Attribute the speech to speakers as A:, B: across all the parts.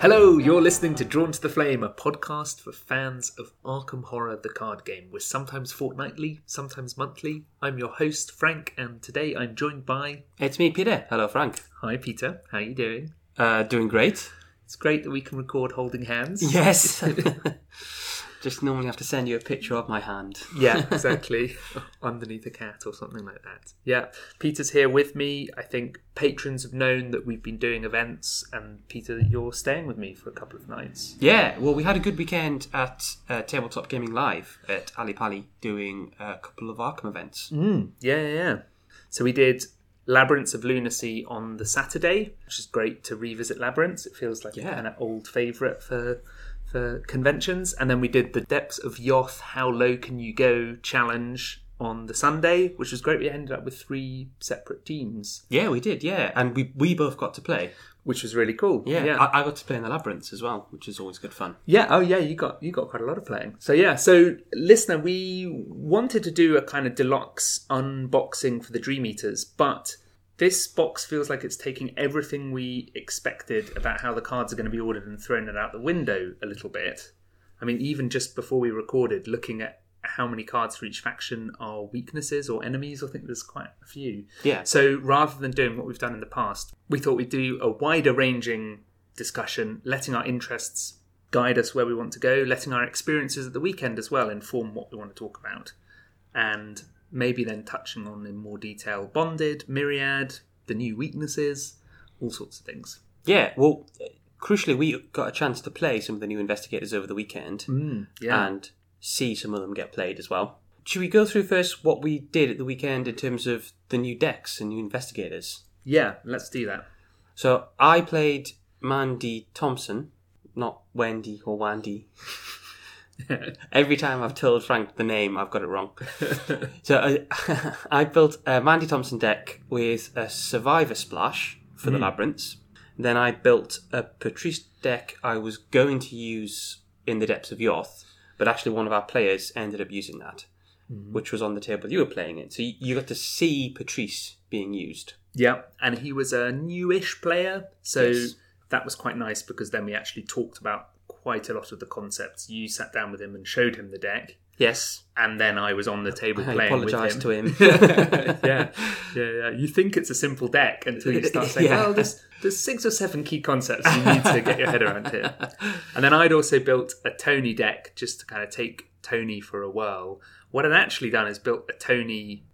A: Hello, you're listening to Drawn to the Flame, a podcast for fans of Arkham Horror the card game. We're sometimes fortnightly, sometimes monthly. I'm your host, Frank, and today I'm joined by
B: It's me, Peter. Hello, Frank.
A: Hi Peter, how you doing?
B: Uh, doing great.
A: It's great that we can record holding hands.
B: Yes. Just normally have to send you a picture of my hand.
A: Yeah, exactly. Underneath a cat or something like that. Yeah, Peter's here with me. I think patrons have known that we've been doing events, and Peter, you're staying with me for a couple of nights.
B: Yeah, well, we had a good weekend at uh, Tabletop Gaming Live at Ali Pali doing a couple of Arkham events.
A: Yeah, yeah, yeah. So we did Labyrinths of Lunacy on the Saturday, which is great to revisit Labyrinths. It feels like
B: Yeah.
A: an old favourite for for conventions. And then we did the Depths of Yoth, How Low Can You Go challenge on the Sunday, which was great. We ended up with three separate teams,
B: Yeah, we did, yeah. And we, we both got to play.
A: which was really cool.
B: Yeah,
A: yeah.
B: I, I got to play in the Labyrinths as well, which is always good fun.
A: Yeah, oh yeah, you got you got quite a lot of playing. So yeah, so listener, we wanted to do a kind of deluxe unboxing for the Dream Eaters, but this box feels like it's taking everything we expected about how the cards are going to be ordered and thrown it out the window a little bit. I mean, even just before we recorded, looking at how many cards for each faction are weaknesses or enemies, I think there's quite a few.
B: Yeah.
A: So rather than doing what we've done in the past, we thought we'd do a wider ranging discussion, letting our interests guide us where we want to go, letting our experiences at the weekend as well inform what we want to talk about, and maybe then touching on in more detail Bonded, Myriad, the new weaknesses, all sorts of things.
B: Yeah, well, crucially, we got a chance to play some of the new investigators over the weekend.
A: Mm, Yeah.
B: and see some of them get played as well. Should we go through first what we did at the weekend in terms of the new decks and new investigators?
A: yeah, let's do that.
B: So I played Mandy Thompson, not Wendy or Wandy. Every time I've told Frank the name, I've got it wrong. so I, I built a Mandy Thompson deck with a Survivor Splash for the Labyrinths. Then I built a Patrice deck I was going to use in the depths of Yoth, but actually one of our players ended up using that, which was on the table you were playing it. So you, you got to see Patrice being used.
A: Yeah, and he was a newish player, so
B: Yes.
A: that was quite nice because then we actually talked about quite a lot of the concepts. You sat down with him and showed him the deck,
B: Yes,
A: and then I was on the table
B: I
A: playing with
B: apologise
A: him.
B: to him.
A: yeah, yeah, yeah. You think it's a simple deck until you start saying,
B: Yeah.
A: "Well, there's there's six or seven key concepts you need to get your head around here." And then I'd also built a Tony deck just to kind of take Tony for a whirl. What I'd actually done is built a Tony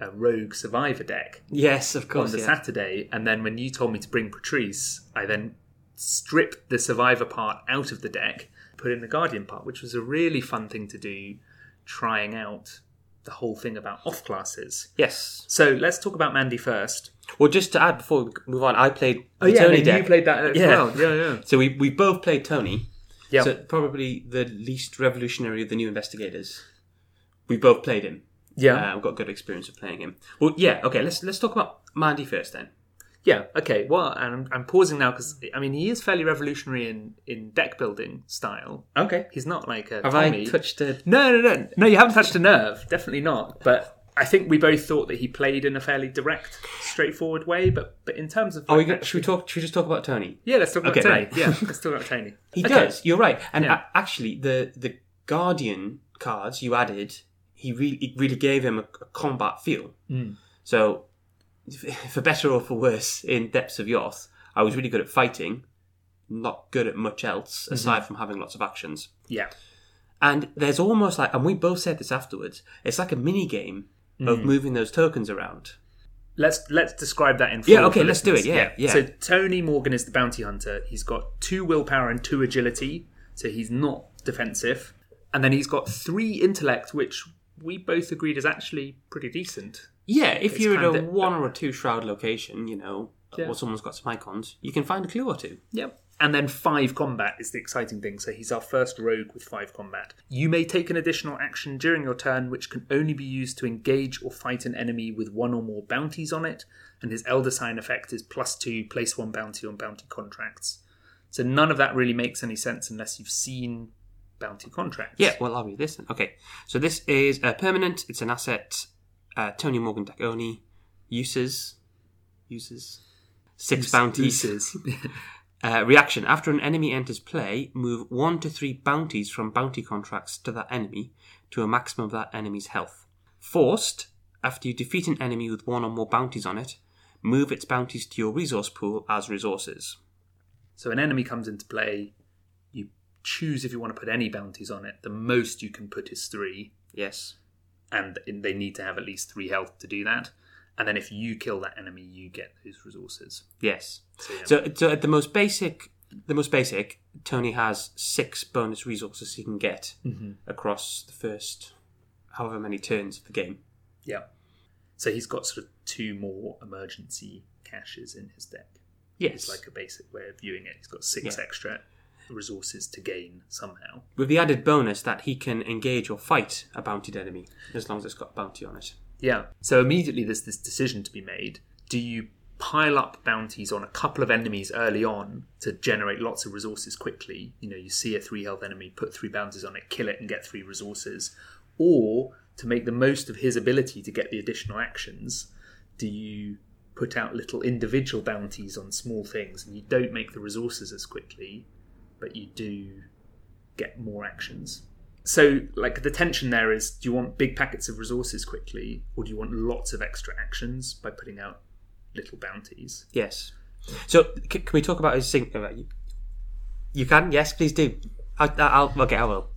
A: a rogue survivor deck
B: Yes, of
A: on
B: course.
A: the
B: yeah.
A: Saturday, and then when you told me to bring Patrice, I then stripped the survivor part out of the deck, put in the guardian part, which was a really fun thing to do, trying out the whole thing about off classes.
B: Yes.
A: So let's talk about Mandy first.
B: Well, just to add before we move on, I played
A: Oh
B: the
A: yeah,
B: Tony
A: and
B: deck.
A: you played that as
B: Yeah.
A: well. Yeah, yeah,
B: So we, we both played Tony.
A: yeah.
B: So probably the least revolutionary of the new investigators. We both played him.
A: yeah.
B: Uh, I've got good experience of playing him. Well, yeah. Okay, let's let's talk about Mandy first then.
A: Yeah. Okay. Well, and I'm, I'm pausing now because I mean he is fairly revolutionary in in deck building style.
B: Okay.
A: He's not like a
B: Have
A: Tommy.
B: I touched a?
A: No, no, no, no. You haven't touched a nerve. Definitely not. But I think we both thought that he played in a fairly direct, straightforward way. But but in terms of,
B: Are we
A: like,
B: gonna, should we talk? Should we just talk about Tony?
A: yeah, let's talk about
B: Okay,
A: Tony.
B: right.
A: Yeah, let's talk about Tony.
B: He
A: Okay.
B: does. You're right. And
A: Yeah.
B: a- actually, the the Guardian cards you added, he really it really gave him a, a combat feel. So, f- for better or for worse, in Depths of Yoth, I was really good at fighting, not good at much else aside from having lots of actions.
A: Yeah.
B: And there's almost like, and we both said this afterwards. It's like a mini game of moving those tokens around.
A: Let's let's describe that in.
B: Yeah,
A: full
B: okay,
A: for
B: let's do it,
A: listeners.
B: yeah, yeah.
A: So Tony Morgan is the bounty hunter. He's got two willpower and two agility, so he's not defensive. And then he's got three intellect, which we both agreed is actually pretty decent.
B: Yeah, if
A: It's
B: you're at a
A: kinda-
B: one or a two shroud location, you know,
A: Yeah.
B: or someone's got some icons, you can find a clue or two.
A: Yep. And then five combat is the exciting thing. So he's our first rogue with five combat. You may take an additional action during your turn, which can only be used to engage or fight an enemy with one or more bounties on it. And his Elder Sign effect is plus two, place one bounty on bounty contracts. So none of that really makes any sense unless you've seen bounty contracts.
B: Yeah, well, I'll read this then. Okay, so this is a permanent. It's an asset. Uh, Tony Morgan deck only uses uses six bounties.
A: Uses.
B: Uh, reaction After an enemy enters play, move one to three bounties from bounty contracts to that enemy to a maximum of that enemy's health. Forced After you defeat an enemy with one or more bounties on it, move its bounties to your resource pool as resources.
A: So an enemy comes into play. You choose if you want to put any bounties on it. The most you can put is three,
B: Yes.
A: and they need to have at least three health to do that. And then if you kill that enemy, you get those resources.
B: Yes.
A: So, yeah.
B: So, so at the most basic, the most basic, Tony has six bonus resources he can get across the first, however many turns of the game.
A: Yeah. So he's got sort of two more emergency caches in his deck.
B: Yes.
A: It's like a basic way of viewing it. He's got six
B: Yeah.
A: extra resources to gain somehow.
B: With the added bonus that he can engage or fight a bountied enemy as long as it's got bounty on it.
A: Yeah. So immediately there's this decision to be made. Do you pile up bounties on a couple of enemies early on to generate lots of resources quickly? You know, you see a three health enemy, put three bounties on it, kill it, and get three resources. Or to make the most of his ability to get the additional actions, do you put out little individual bounties on small things and you don't make the resources as quickly, but you do get more actions? so like the tension there is do you want big packets of resources quickly or do you want lots of extra actions by putting out little bounties
B: Yes. So c- can we talk about his sync? About you? you can. Yes, please do. I, I, I'll okay. I will.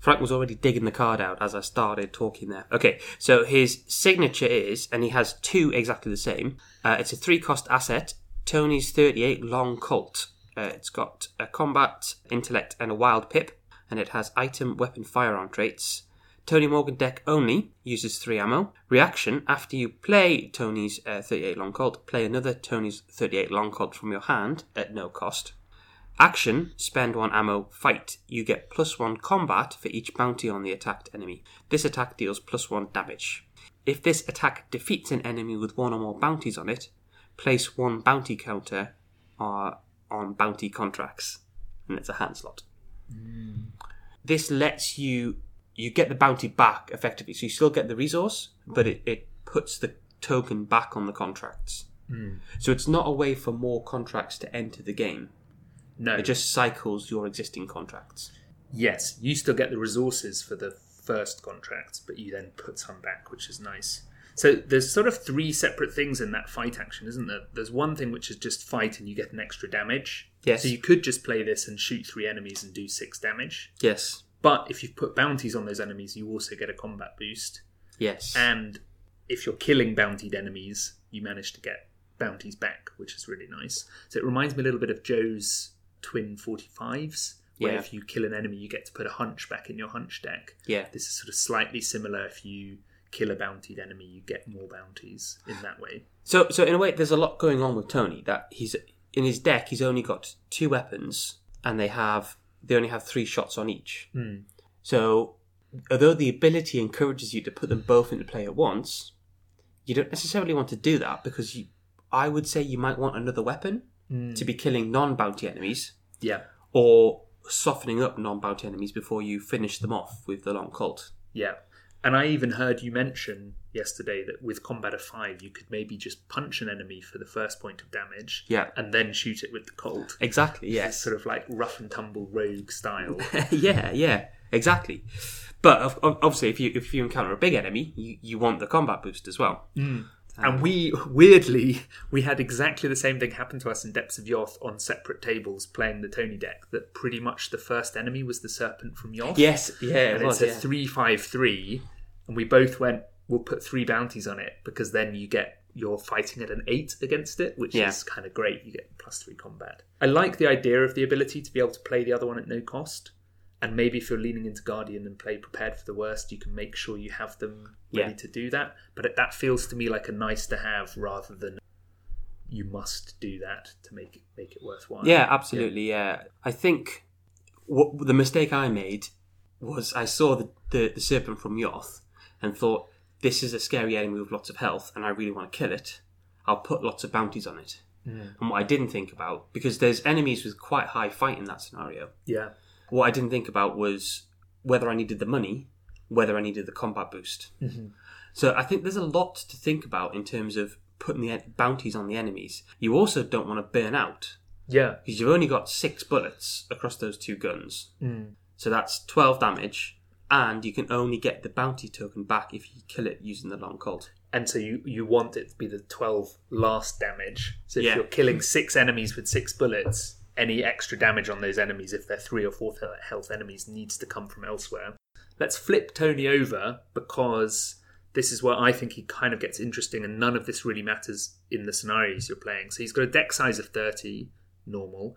B: Frank was already digging the card out as I started talking there. Okay, so his signature is, and he has two exactly the same. Uh, it's a three-cost asset. Tony's thirty-eight long colt. Uh, it's got a combat, intellect, and a wild pip, and it has item, weapon, firearm traits. Tony Morgan deck only uses three ammo. Reaction after you play Tony's uh, 38 long colt, play another Tony's 38 long colt from your hand at no cost. Action spend one ammo, fight. You get plus one combat for each bounty on the attacked enemy. This attack deals plus one damage. If this attack defeats an enemy with one or more bounties on it, place one bounty counter uh, on bounty contracts. And it's a hand slot this lets you you get the bounty back effectively so you still get the resource but it, it puts the token back on the contracts
A: Hmm.
B: so it's not a way for more contracts to enter the game
A: no
B: it just cycles your existing contracts
A: yes you still get the resources for the first contract but you then put some back which is nice so there's sort of three separate things in that fight action isn't there there's one thing which is just fight and you get an extra damage
B: Yes.
A: so you could just play this and shoot three enemies and do six damage
B: yes
A: but if you've put bounties on those enemies you also get a combat boost
B: yes
A: and if you're killing bountied enemies, you manage to get bounties back, which is really nice. So it reminds me a little bit of Joe's twin 45s, where
B: Yeah.
A: if you kill an enemy, you get to put a hunch back in your hunch deck.
B: yeah
A: This is sort of slightly similar. If you kill a bountied enemy, you get more bounties in that way.
B: so so in a way there's a lot going on with tony that he's in his deck he's only got two weapons and they have they only have three shots on each so although the ability encourages you to put them both into play at once you don't necessarily want to do that because you i would say you might want another weapon to be killing non-bounty enemies
A: Yeah,
B: or softening up non-bounty enemies before you finish them off with the long colt
A: yeah. And I even heard you mention yesterday that with combat of five, you could maybe just punch an enemy for the first point of damage,
B: Yeah.
A: and then shoot it with the colt.
B: exactly
A: It's sort of like rough and tumble rogue style.
B: yeah, yeah, exactly. But of- of- obviously, if you if you encounter a big enemy, you, you want the combat boost as well.
A: And we, weirdly, we had exactly the same thing happen to us in Depths of Yoth on separate tables playing the Tony deck. That pretty much the first enemy was the serpent from Yoth.
B: Yes, yeah,
A: and
B: it
A: it's
B: was,
A: a
B: yeah.
A: three five three, and we both went. We'll put three bounties on it because then you get you're fighting at an eight against it, which
B: Yeah.
A: is kind of great. You get plus three combat. I like the idea of the ability to be able to play the other one at no cost. And maybe if you're leaning into Guardian and play prepared for the worst, you can make sure you have them ready
B: Yeah.
A: to do that. But it, that feels to me like a nice to have rather than you must do that to make it, make it worthwhile.
B: yeah, absolutely. Yeah, I think what the mistake I made was I saw the, the the serpent from Yoth and thought this is a scary enemy with lots of health, and I really want to kill it. I'll put lots of bounties on it. And what I didn't think about because there's enemies with quite high fight in that scenario.
A: yeah,
B: what I didn't think about was whether I needed the money, whether I needed the combat boost. So I think there's a lot to think about in terms of putting the en- bounties on the enemies. You also don't want to burn out
A: Yeah.
B: because you've only got six bullets across those two guns. So that's 12 damage, and you can only get the bounty token back if you kill it using the long colt.
A: And so you, you want it to be the 12 last damage. So if
B: Yeah.
A: you're killing six enemies with six bullets, any extra damage on those enemies, if they're three or four he- health enemies, needs to come from elsewhere. Let's flip Tony over because this is where I think he kind of gets interesting, and none of this really matters in the scenarios you're playing. So he's got a deck size of 30, normal.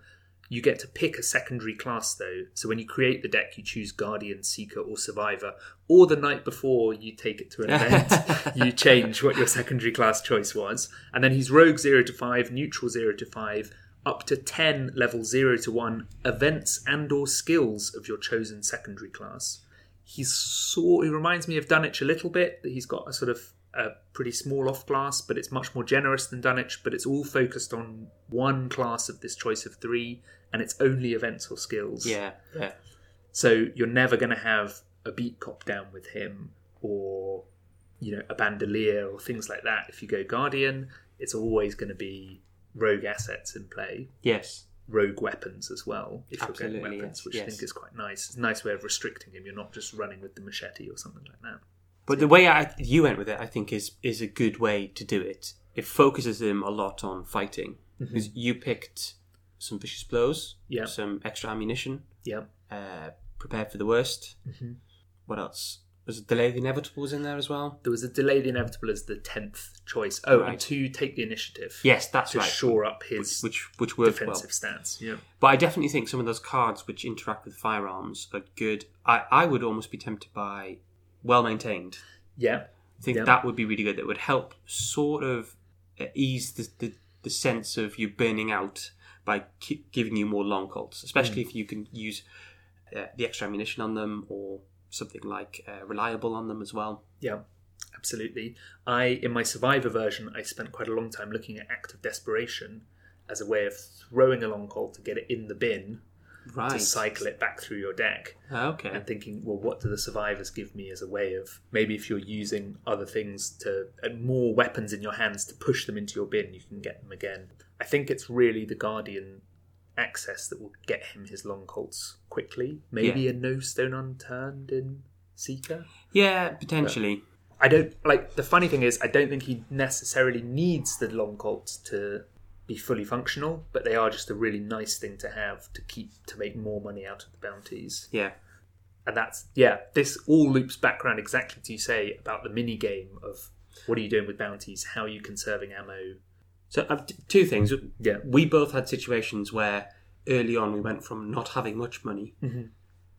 A: You get to pick a secondary class though. So when you create the deck, you choose Guardian, Seeker, or Survivor. Or the night before you take it to an event, you change what your secondary class choice was. And then he's Rogue 0 to 5, Neutral 0 to 5, up to 10 level 0 to 1 events and or skills of your chosen secondary class he's sort he reminds me of Dunwich a little bit that he's got a sort of a pretty small off class but it's much more generous than Dunwich but it's all focused on one class of this choice of three and it's only events or skills
B: Yeah, yeah.
A: so you're never going to have a beat cop down with him or you know a bandolier or things like that if you go guardian it's always going to be rogue assets in play
B: Yes.
A: rogue weapons as well if you're
B: Absolutely,
A: getting weapons
B: yes,
A: which i
B: yes.
A: think is quite nice it's a nice way of restricting him you're not just running with the machete or something like that
B: But the way I, you went with it, I think, is is a good way to do it. It focuses him a lot on fighting. Because you picked some vicious blows,
A: Mm-hmm. Yeah.
B: some extra ammunition,
A: yeah
B: uh, prepared for the worst.
A: Mm-hmm.
B: What else? Was it delay the inevitables in there as well?
A: there was a delay the inevitable as the 10th choice oh
B: Right.
A: and to take the initiative
B: Yes, that's
A: to
B: right.
A: shore up his
B: which which worked well.
A: defensive stance yeah
B: But I definitely think some of those cards which interact with firearms are good. I, I would almost be tempted by well maintained.
A: yeah
B: I think
A: Yeah.
B: that would be really good. That would help sort of uh, ease the, the, the sense of you burning out by ki- giving you more long colts, especially if you can use uh, the extra ammunition on them or something like uh, reliable on them as well.
A: Yeah, absolutely. I in my survivor version, I spent quite a long time looking at act of desperation as a way of throwing a long call to get it in the bin to
B: Right.
A: cycle it back through your deck
B: Okay.
A: and thinking, well, what do the survivors give me as a way of maybe if you're using other things to and more weapons in your hands to push them into your bin, you can get them again. I think it's really the guardian access that will get him his long colts quickly. Maybe a no stone unturned in seeker.
B: Yeah, potentially.
A: I don't like the funny thing is I don't think he necessarily needs the long colts to be fully functional, but they are just a really nice thing to have to keep to make more money out of the bounties.
B: Yeah.
A: And that's yeah, this all loops back around exactly to you say about the mini game of what are you doing with bounties, how are you conserving ammo?
B: So uh, t- two things.
A: Yeah.
B: we both had situations where early on we went from not having much money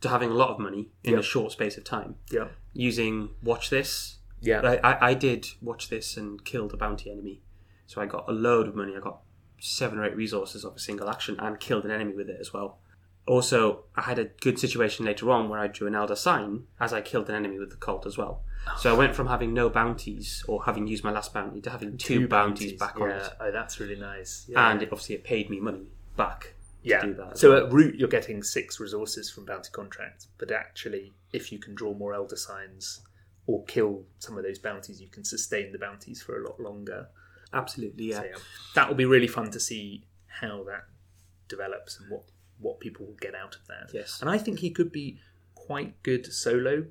B: to having a lot of money in
A: Yeah.
B: a short space of time
A: Yeah.
B: using watch this
A: Yeah.
B: I, I, I did watch this and killed a bounty enemy so i got a load of money i got seven or eight resources off a single action and killed an enemy with it as well also i had a good situation later on where i drew an elder sign as i killed an enemy with the cult as well so i went from having no bounties or having used my last bounty to having two, bounties, back
A: yeah.
B: on it
A: Oh, that's really nice. Yeah.
B: and it, obviously it paid me money back.
A: yeah.
B: do that as
A: so at root, you're getting six resources from bounty contracts, but actually, if you can draw more elder signs or kill some of those bounties, you can sustain the bounties for a lot longer.
B: Absolutely, yeah.
A: So, yeah, that will be really fun to see how that develops and what what people will get out of that.
B: Yes.
A: and I think he could be quite good solo.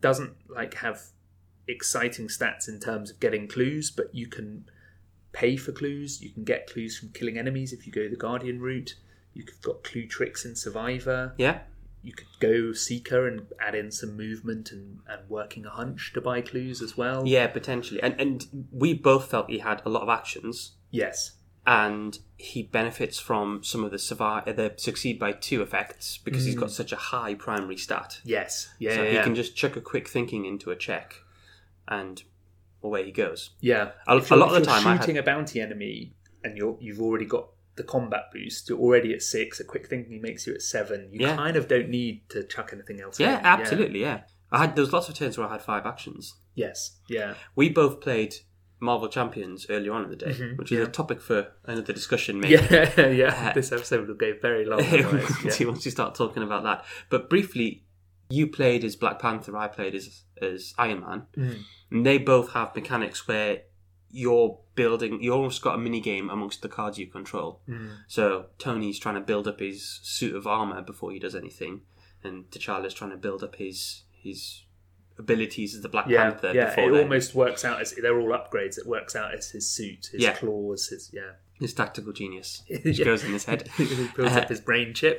A: Doesn't like have exciting stats in terms of getting clues, but you can pay for clues. You can get clues from killing enemies if you go the Guardian route. You've got clue tricks in Survivor.
B: Yeah,
A: You could go Seeker and add in some movement and, and working a hunch to buy clues as well.
B: yeah, potentially. And and we both felt he had a lot of actions,
A: Yes.
B: and he benefits from some of the survive the succeed by two effects because he's got such a high primary stat.
A: Yes. Yeah.
B: so
A: yeah,
B: he
A: yeah.
B: can just chuck a quick thinking into a check, and away he goes.
A: Yeah,
B: A-
A: If you're-
B: a lot of
A: if
B: the
A: you're
B: time I had-
A: shooting a bounty enemy, and you're you've already got the combat boost. You're already at six. A quick thinking makes you at seven. You
B: Yeah.
A: kind of don't need to chuck anything else.
B: Yeah,
A: in.
B: absolutely. Yeah. I had there was lots of turns where I had five actions.
A: Yes. Yeah.
B: We both played Marvel Champions earlier on in the day, which is a topic for another discussion. Maybe.
A: Yeah.
B: Uh,
A: yeah. This episode will go very long. otherwise, yeah.
B: once, you, once you start talking about that. But briefly, you played
A: Hmm.
B: as Black Panther, I played as as Iron Man, and they both have mechanics where you're building. You almost got a mini game amongst the cards you control.
A: Hmm.
B: So Tony's trying to build up his suit of armor before he does anything, and T'Challa's trying to build up his his abilities as the Black
A: Yeah,
B: Panther.
A: yeah.
B: before
A: It
B: then.
A: almost works out as they're all upgrades. It works out as his suit, his
B: Yeah.
A: claws, his yeah.
B: his tactical genius, which
A: Yeah.
B: goes in his head. Uh,
A: he builds up his brain chip.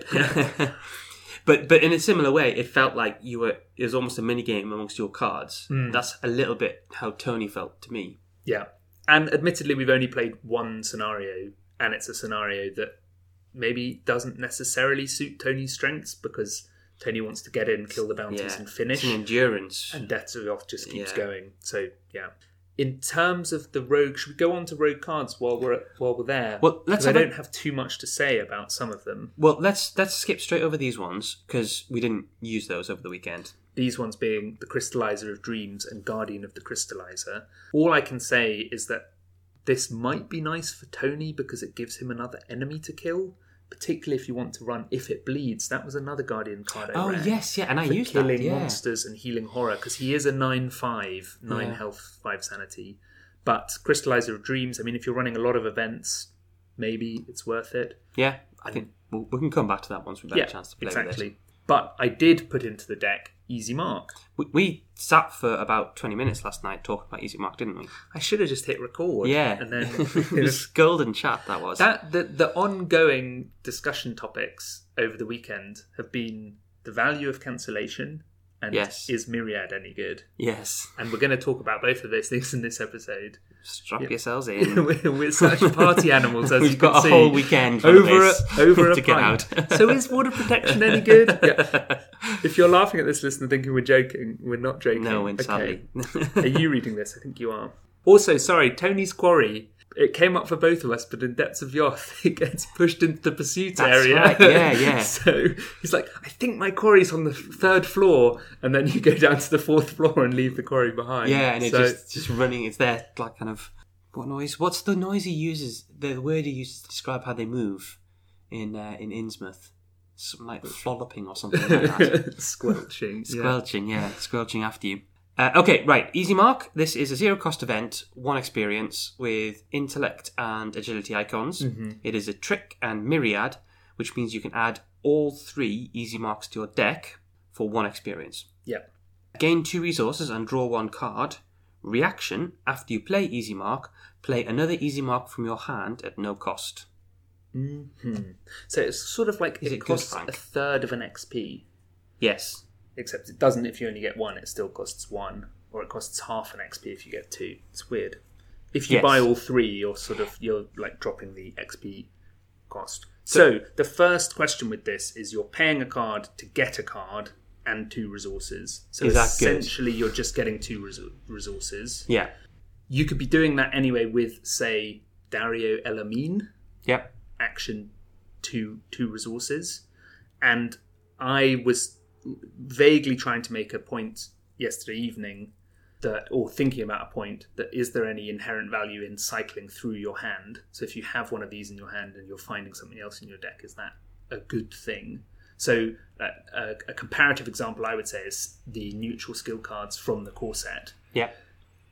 B: but but in a similar way, it felt like you were it was almost a mini game amongst your cards.
A: Hmm.
B: That's a little bit how Tony felt to me.
A: Yeah. And admittedly, we've only played one scenario, and it's a scenario that maybe doesn't necessarily suit Tony's strengths because Tony wants to get in, kill the bounties,
B: Yeah,
A: and
B: it's
A: finish.
B: an endurance.
A: And Deaths of Oth just keeps
B: Yeah.
A: going. So, yeah. In terms of the rogue, should we go on to rogue cards while we're while we're there?
B: Well, let's
A: 'Cause I
B: have a-
A: don't have too much to say about some of them.
B: Well, let's let's skip straight over these ones because we didn't use those over the weekend.
A: these ones being the crystallizer of dreams and guardian of the crystallizer all i can say is that this might be nice for tony because it gives him another enemy to kill particularly if you want to run if it bleeds that was another guardian card I
B: Oh
A: ran
B: yes, yeah, and I
A: for
B: used
A: killing
B: that. Yeah.
A: monsters and healing horror because he is a 9-5 9
B: Yeah.
A: health 5 sanity but crystallizer of dreams i mean if you're running a lot of events maybe it's worth it
B: Yeah, I think we'll, we can come back to that once we've had a chance to play with it.
A: exactly but i did put into the deck easy mark
B: We, we sat for about twenty minutes last night talking about Easy Mark, didn't we?
A: I should have just hit record.
B: Yeah,
A: and then
B: it was golden chat that was.
A: that the, the ongoing discussion topics over the weekend have been the value of cancellation and
B: Yes.
A: is Myriad any good?
B: yes,
A: And we're going to talk about both of those things in this episode.
B: strap yourselves in.
A: we're, we're such party animals, as
B: We've
A: you
B: got
A: can
B: a
A: see.
B: whole weekend for
A: over a,
B: this
A: over a
B: to get out.
A: pint. so is water protection any good? Yeah. If you're laughing at this, listener, thinking we're joking, we're not joking.
B: no, and
A: Okay.
B: sadly,
A: Are you reading this? I think you are. Also, sorry, Tony's Quarry. It came up for both of us, but in Depths of Yoth, it gets pushed into the pursuit
B: That's
A: area.
B: right, yeah, yeah.
A: so he's like, I think my quarry's on the third floor. And then you go down to the fourth floor and leave the quarry behind.
B: yeah, and it's
A: So-
B: just just running. It's there, like kind of what noise? What's the noise he uses? The word he uses to describe how they move in uh, in Innsmouth, something like flopping or something like that.
A: squelching. yeah.
B: Squelching, yeah, squelching after you. Uh, okay, right. Easy Mark. This is a zero cost event, one experience with intellect and agility icons.
A: Mm-hmm.
B: It is a trick and myriad, which means you can add all three Easy Marks to your deck for one experience.
A: yeah.
B: Gain two resources and draw one card. Reaction after you play Easy Mark, play another Easy Mark from your hand at no cost.
A: Mhm. So it's sort of like
B: Is
A: it,
B: it good,
A: costs
B: Frank?
A: a third of an XP,
B: Yes.
A: except it doesn't if you only get one, it still costs one, or it costs half an XP if you get two. It's weird. If you
B: Yes.
A: buy all three, you're sort of you're like dropping the XP cost. So the first question with this is you're paying a card to get a card and two resources. So
B: Is that good?
A: essentially, you're just getting two resou- resources.
B: Yeah.
A: You could be doing that anyway with, say, Dario Elamine
B: Yep.
A: action to to resources and i was vaguely trying to make a point yesterday evening that or thinking about a point that is there any inherent value in cycling through your hand so if you have one of these in your hand and you're finding something else in your deck is that a good thing so uh, a, a comparative example i would say is the neutral skill cards from the core set
B: Yep.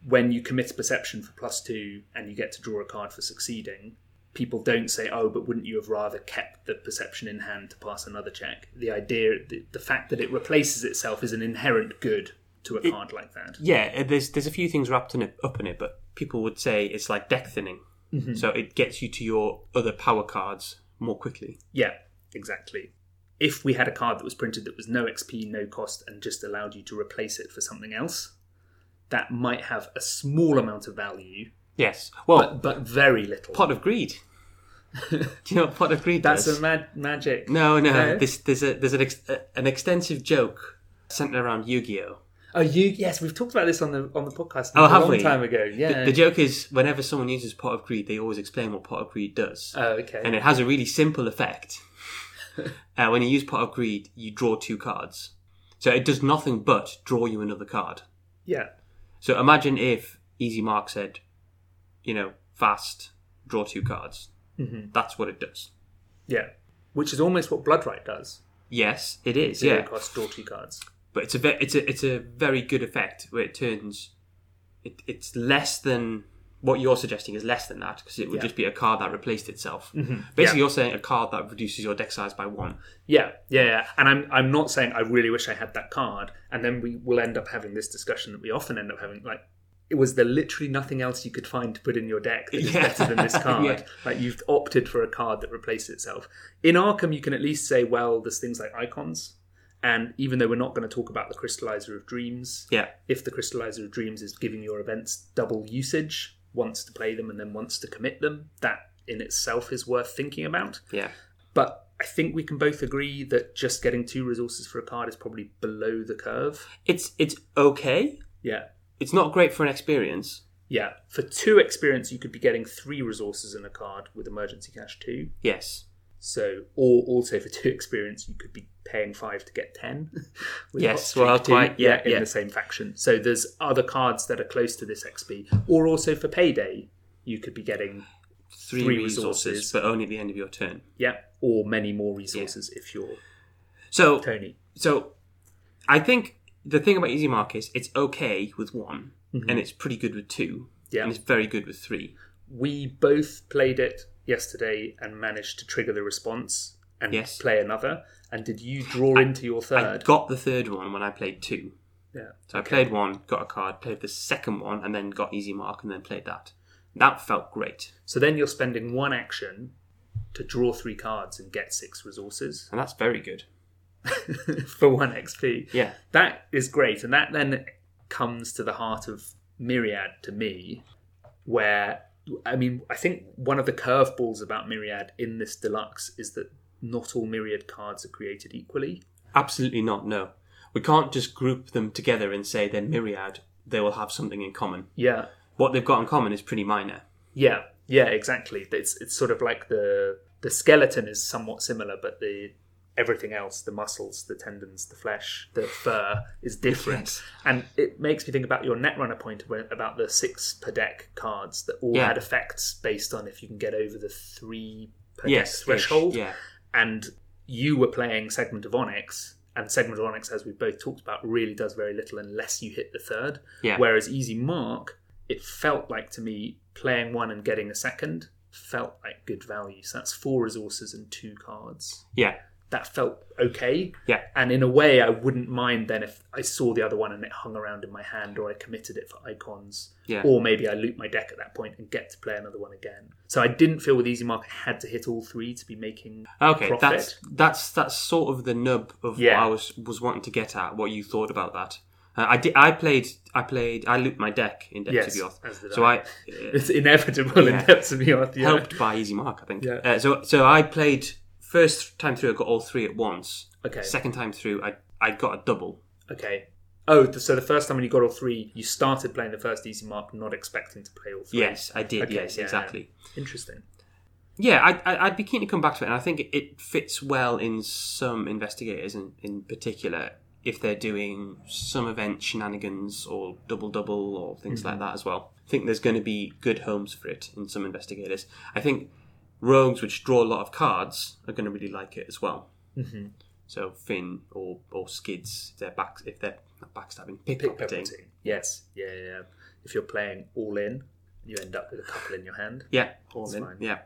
A: when you commit a perception for plus two and you get to draw a card for succeeding, people don't say, "Oh, but wouldn't you have rather kept the perception in hand to pass another check?" The idea, the, the fact that it replaces itself, is an inherent good to a card like that.
B: Yeah, uh, there's there's a few things wrapped in it, up in it, but people would say it's like deck thinning.
A: Mm-hmm.
B: So it gets you to your other power cards more quickly.
A: Yeah, exactly. If we had a card that was printed that was no XP, no cost, and just allowed you to replace it for something else, that might have a small amount of value,
B: Yes. Well,
A: but, but very little.
B: pot of greed. Do you know what pot of greed
A: That's
B: does?
A: a mad magic.
B: no, no.
A: No?
B: This there's a there's an ex- uh, an extensive joke centered around Yu-Gi-Oh.
A: Oh, you? Yes, we've talked about this on the on the podcast.
B: Oh,
A: a
B: have
A: long
B: we?
A: time ago. Yeah.
B: The, the joke is whenever someone uses pot of greed, they always explain what pot of greed does,
A: oh, okay.
B: and it has a really simple effect. uh, when you use pot of greed, you draw two cards, so it does nothing but draw you another card.
A: yeah.
B: So imagine if Easy Mark said, you know, fast, draw two cards. Mm-hmm. That's what it does.
A: Yeah. Which is almost what Bloodright does.
B: Yes, it is.
A: Zero
B: yeah,
A: cost, draw two cards.
B: but it's a ve- it's a it's a very good effect where it turns. It, it's less than what you're suggesting is less than that because it would
A: Yeah. Mm-hmm.
B: just be a card that replaced itself. Basically, you're saying a card that reduces your deck size by one.
A: Yeah, yeah, yeah. And I'm I'm not saying I really wish I had that card, and then we will end up having this discussion that we often end up having. Like, it was there literally nothing else you could find to put in your deck that is
B: Yeah.
A: better than this card.
B: Yeah.
A: Like you've opted for a card that replaces itself. In Arkham, you can at least say, well, there's things like icons, and even though we're not going to talk about the Crystallizer of Dreams,
B: Yeah,
A: if the Crystallizer of Dreams is giving your events double usage, once to play them and then once to commit them, that in itself is worth thinking about.
B: yeah,
A: But I think we can both agree that just getting two resources for a card is probably below the curve.
B: it's it's okay.
A: Yeah.
B: It's not great for an experience.
A: Yeah. For two experience, you could be getting three resources in a card with emergency cash two.
B: Yes,
A: So, or also for two experience, you could be paying five to get ten. with
B: Yes,
A: Hot Streak
B: well,
A: two,
B: quite- yeah,
A: in
B: yeah.
A: the same faction. So there's other cards that are close to this XP, or also for payday, you could be getting
B: three,
A: Three
B: resources,
A: resources.
B: but only at the end of your turn.
A: yeah, or many more resources if you're
B: So
A: Tony.
B: So, I think the thing about Easy Mark is it's okay with one, and it's pretty good with
A: Mm-hmm.
B: two,
A: Yeah.
B: and it's very good with three.
A: we both played it yesterday and managed to trigger the response and
B: Yes.
A: play another. And did you draw into your
B: I
A: third?
B: got the third one when I played two.
A: yeah.
B: So I played one, got a card, played the second one, and then got Easy Mark, and then played that. That felt great,
A: So then you're spending one action to draw three cards and get six resources
B: and that's very good.
A: for one XP.
B: Yeah,
A: That is great. And that then comes to the heart of Myriad to me, where I mean, I think one of the curveballs about Myriad in this deluxe is that not all Myriad cards are created equally.
B: absolutely not. No, we can't just group them together and say they're myriad. They will have something in common.
A: Yeah.
B: What they've got in common is pretty minor.
A: Yeah, yeah, exactly. It's it's sort of like the the skeleton is somewhat similar, but the everything else, the muscles, the tendons, the flesh, the fur is different.
B: Yes.
A: And it makes me think about your netrunner point where- about the six per deck cards that all
B: Yeah.
A: had effects based on if you can get over the three per
B: Yes,
A: deck threshold.
B: Yeah,
A: And you were playing Segment of Onyx, and Segment of Onyx, as we've both talked about, really does very little unless you hit the third.
B: yeah.
A: Whereas Easy Mark, it felt like to me playing one and getting a second felt like good value. So that's four resources and two cards.
B: yeah,
A: That felt okay.
B: yeah.
A: And in a way, I wouldn't mind then if I saw the other one and it hung around in my hand or I committed it for icons.
B: Yeah.
A: Or maybe I loop my deck at that point and get to play another one again. So I didn't feel with Easy Mark I had to hit all three to be making
B: Okay,
A: profit.
B: that's that's that's sort of the nub of
A: Yeah.
B: what I was was wanting to get at. What you thought about that? Uh, I did. I played. I played. I looped my deck in depth
A: Yes,
B: of Yoth.
A: as did
B: So
A: I.
B: I, uh,
A: it's inevitable
B: Yeah.
A: in depth of your
B: helped by Easy Mark, I think.
A: Yeah.
B: Uh, so so I played first time through. I got all three at once.
A: Okay.
B: Second time through, I I got a double.
A: Okay. Oh, th- so the first time when you got all three, you started playing the first easy mark, not expecting to play all three.
B: Yes, I did.
A: Okay,
B: yes,
A: yeah,
B: exactly.
A: Interesting.
B: Yeah, I, I, I'd be keen to come back to it, and I think it fits well in some investigators, in, in particular, if they're doing some event shenanigans or double double or things like that as well. I think there's going to be good homes for it in some investigators. I think rogues which draw a lot of cards are going to really like it as well.
A: Mhm.
B: So Finn or or Skids, if they're back if they're not backstabbing, pickpocketing.
A: Pickpocketing. Yes. Yeah, yeah, yeah. If you're playing all in, you end up with a couple in your hand.
B: Yeah, all in.
A: fine.
B: Yeah,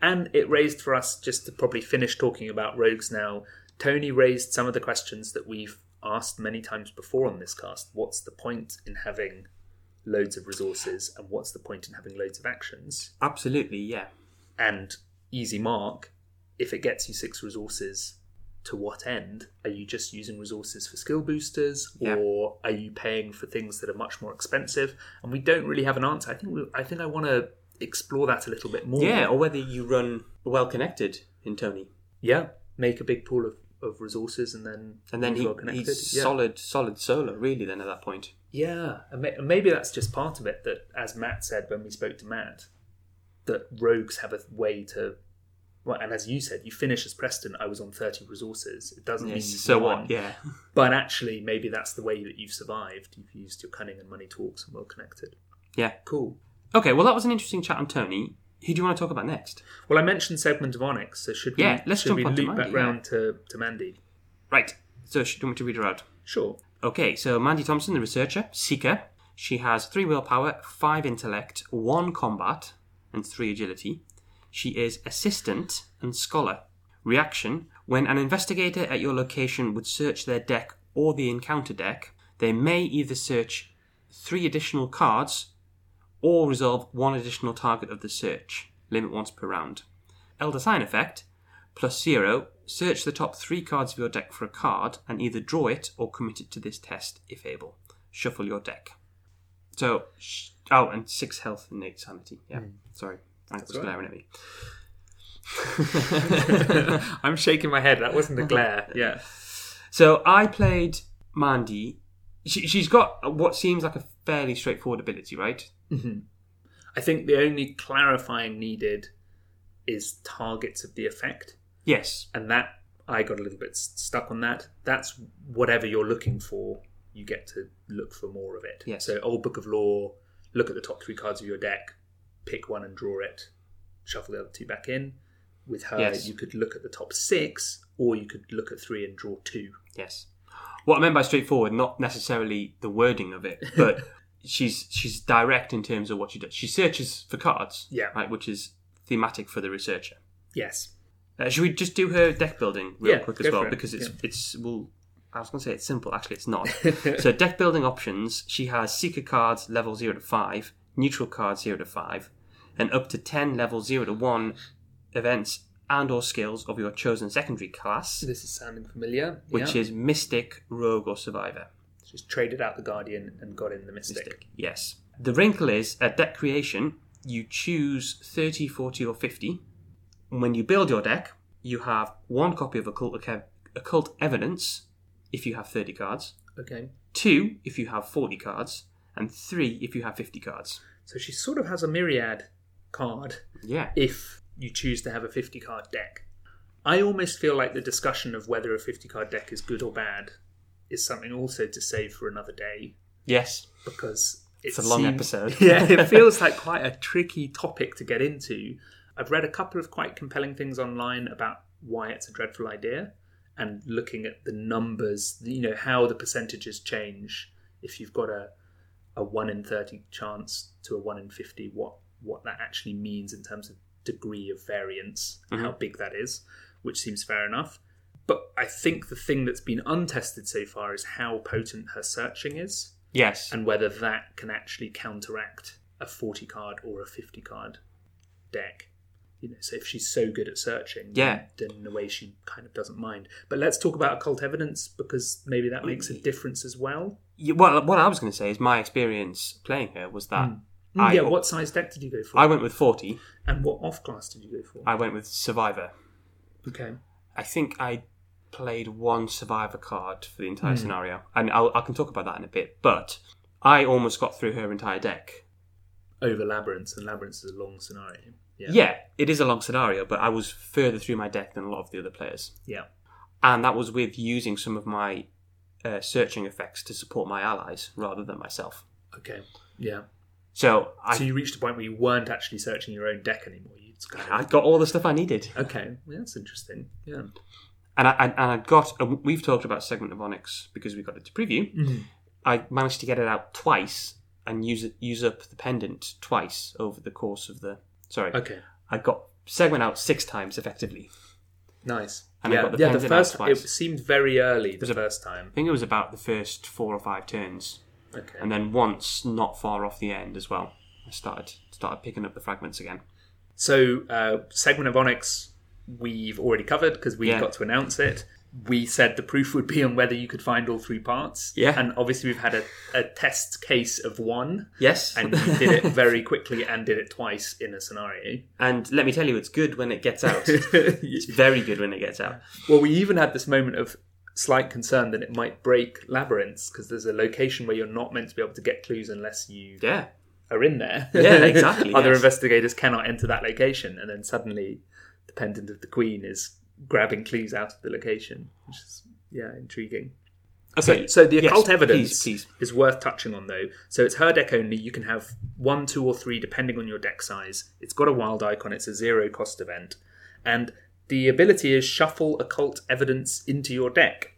A: And it raised for us, just to probably finish talking about rogues now, Tony raised some of the questions that we've asked many times before on this cast. What's the point in having loads of resources, and what's the point in having loads of actions?
B: absolutely. Yeah,
A: and easy mark if it gets you six resources to what end are you just using resources for skill boosters
B: Yeah.
A: or are you paying for things that are much more expensive and we don't really have an answer i think we, i think i want to explore that a little bit more
B: yeah. Or whether you run well connected in Tony.
A: yeah make a big pool of of resources and then
B: And then
A: use
B: he,
A: well connected.
B: he's
A: yeah.
B: solid, solid solo, really, then at that point.
A: Yeah, and ma- and maybe that's just part of it. That, as Matt said when we spoke to Matt, that rogues have a way to. Well, and as you said, you finish as Preston. I was on thirty resources. It doesn't mean you've
B: so
A: won,
B: what? Yeah.
A: But actually, maybe that's the way that you've survived. You've used your cunning and money talks and well connected.
B: Yeah.
A: Cool.
B: Okay, well, that was an interesting chat on Tony. Who do you want to talk about next?
A: Well, I mentioned segment of Onyx, so should we?
B: Yeah, let's
A: should
B: jump
A: we
B: onto
A: loop
B: Mandy,
A: back
B: yeah.
A: round to to Mandy.
B: Right. So, sh- do you want me to read her out?
A: Sure.
B: Okay, so Mandy Thompson, the researcher, seeker, She has three willpower, five intellect, one combat, and three agility. She is assistant and scholar. Reaction When an investigator at your location would search their deck or the encounter deck, they may either search three additional cards or resolve one additional target of the search, limit once per round. Elder Sign effect plus zero, search the top three cards of your deck for a card and either draw it or commit it to this test if able. Shuffle your deck. So, sh- oh, and six health and eight sanity. Yeah, sorry, Frank was
A: all right.
B: glaring at me.
A: I'm shaking my head. That wasn't a glare. Yeah.
B: So I played Mandy. She, she's got what seems like a fairly straightforward ability, right?
A: Mm-hmm. I think the only clarifying needed is targets of the effect.
B: Yes.
A: And that, I got a little bit s- stuck on that. That's whatever you're looking for, you get to look for more of it.
B: Yes.
A: So, Old Book of Law, look at the top three cards of your deck, pick one and draw it, shuffle the other two back in. With her,
B: Yes.
A: you could look at the top six, or you could look at three and draw two.
B: Yes. What I meant by straightforward, not necessarily the wording of it, but she's she's direct in terms of what she does. She searches for cards,
A: Yeah.
B: right, which is thematic for the researcher.
A: Yes.
B: Uh, should we just do her deck building real
A: Yeah,
B: quick
A: go
B: as well?
A: for it.
B: Because it's
A: Yeah.
B: it's well, I was going to say it's simple. Actually, it's not. so deck building options. She has seeker cards level zero to five, neutral cards zero to five, and up to ten level zero to one events and or skills of your chosen secondary class,
A: This is sounding familiar.
B: which
A: yeah.
B: is mystic, rogue, or survivor.
A: She's traded out the Guardian and got in the Mystic.
B: Mystic. Yes. The wrinkle is at deck creation, you choose 30, 40, or 50. And when you build your deck, you have one copy of occult, Occult- occult evidence if you have 30 cards,
A: Okay.
B: two if you have 40 cards, and three if you have 50 cards.
A: So she sort of has a myriad card
B: Yeah.
A: if you choose to have a 50 card deck. I almost feel like the discussion of whether a 50 card deck is good or bad is something also to save for another day
B: Yes.
A: because
B: It's a long episode.
A: yeah, it feels like quite a tricky topic to get into. I've read a couple of quite compelling things online about why it's a dreadful idea and looking at the numbers, you know, how the percentages change if you've got a a 1 in 30 chance to a 1 in 50 what what that actually means in terms of degree of variance and
B: Mm-hmm.
A: how big that is, which seems fair enough. But I think the thing that's been untested so far is how potent her searching is
B: Yes.
A: and whether that can actually counteract a 40 card or a 50 card deck. You know, so if she's so good at searching,
B: Yeah.
A: then in a way she kind of doesn't mind. But let's talk about occult evidence because maybe that makes a difference as well.
B: Y- Well, what I was going to say is my experience playing her was that I,
A: Hmm. yeah, what size deck did you go for?
B: I went with 40,
A: and what off class did you go for?
B: I went with Survivor.
A: okay.
B: I think I played one survivor card for the
A: Hmm.
B: entire scenario, and I'll, I can talk about that in a bit. But I almost got through her entire deck.
A: Over Labyrinth, and Labyrinth is a long scenario. Yeah.
B: Yeah. it is a long scenario, but I was further through my deck than a lot of the other players,
A: Yeah.
B: and that was with using some of my uh, searching effects to support my allies rather than myself.
A: Okay. Yeah.
B: So I,
A: so you reached a point where you weren't actually searching your own deck anymore. You just kind of.
B: I got all the stuff I needed,
A: Okay. Yeah, that's interesting. Yeah.
B: and I and and I got. And we've talked about segment of Onyx because we got it to preview. I managed to get it out twice and use it, use up the pendant twice over the course of the. Sorry,
A: Okay.
B: I got segment out six times effectively.
A: Nice.
B: And I
A: yeah,
B: got the
A: yeah,
B: pens
A: the
B: in out
A: first it
B: twice.
A: seemed very early the
B: was a-
A: first time.
B: I think it was about the first four or five turns,
A: Okay.
B: and then once not far off the end as well. I started started picking up the fragments again.
A: So uh, segment of Onyx we've already covered because we
B: Yeah.
A: got to announce it. We said the proof would be on whether you could find all three parts.
B: Yeah.
A: And obviously we've had a, a test case of one.
B: Yes,
A: And
B: and
A: you did it very quickly and did it twice in a scenario.
B: and let me tell you, it's good when it gets out. it's very good when it gets out.
A: Well, we even had this moment of slight concern that it might break labyrinths because there's a location where you're not meant to be able to get clues unless you
B: Yeah,
A: are in there.
B: Yeah, exactly,
A: Other
B: yes.
A: investigators cannot enter that location, and then suddenly the pendant of the queen is grabbing clues out of the location, which is yeah, intriguing.
B: Okay,
A: So the
B: yes,
A: occult evidence
B: please, please.
A: is worth touching on, though. So it's her deck only. You can have one, two, or three, depending on your deck size. It's got a wild icon. It's a zero cost event, and the ability is shuffle occult evidence into your deck,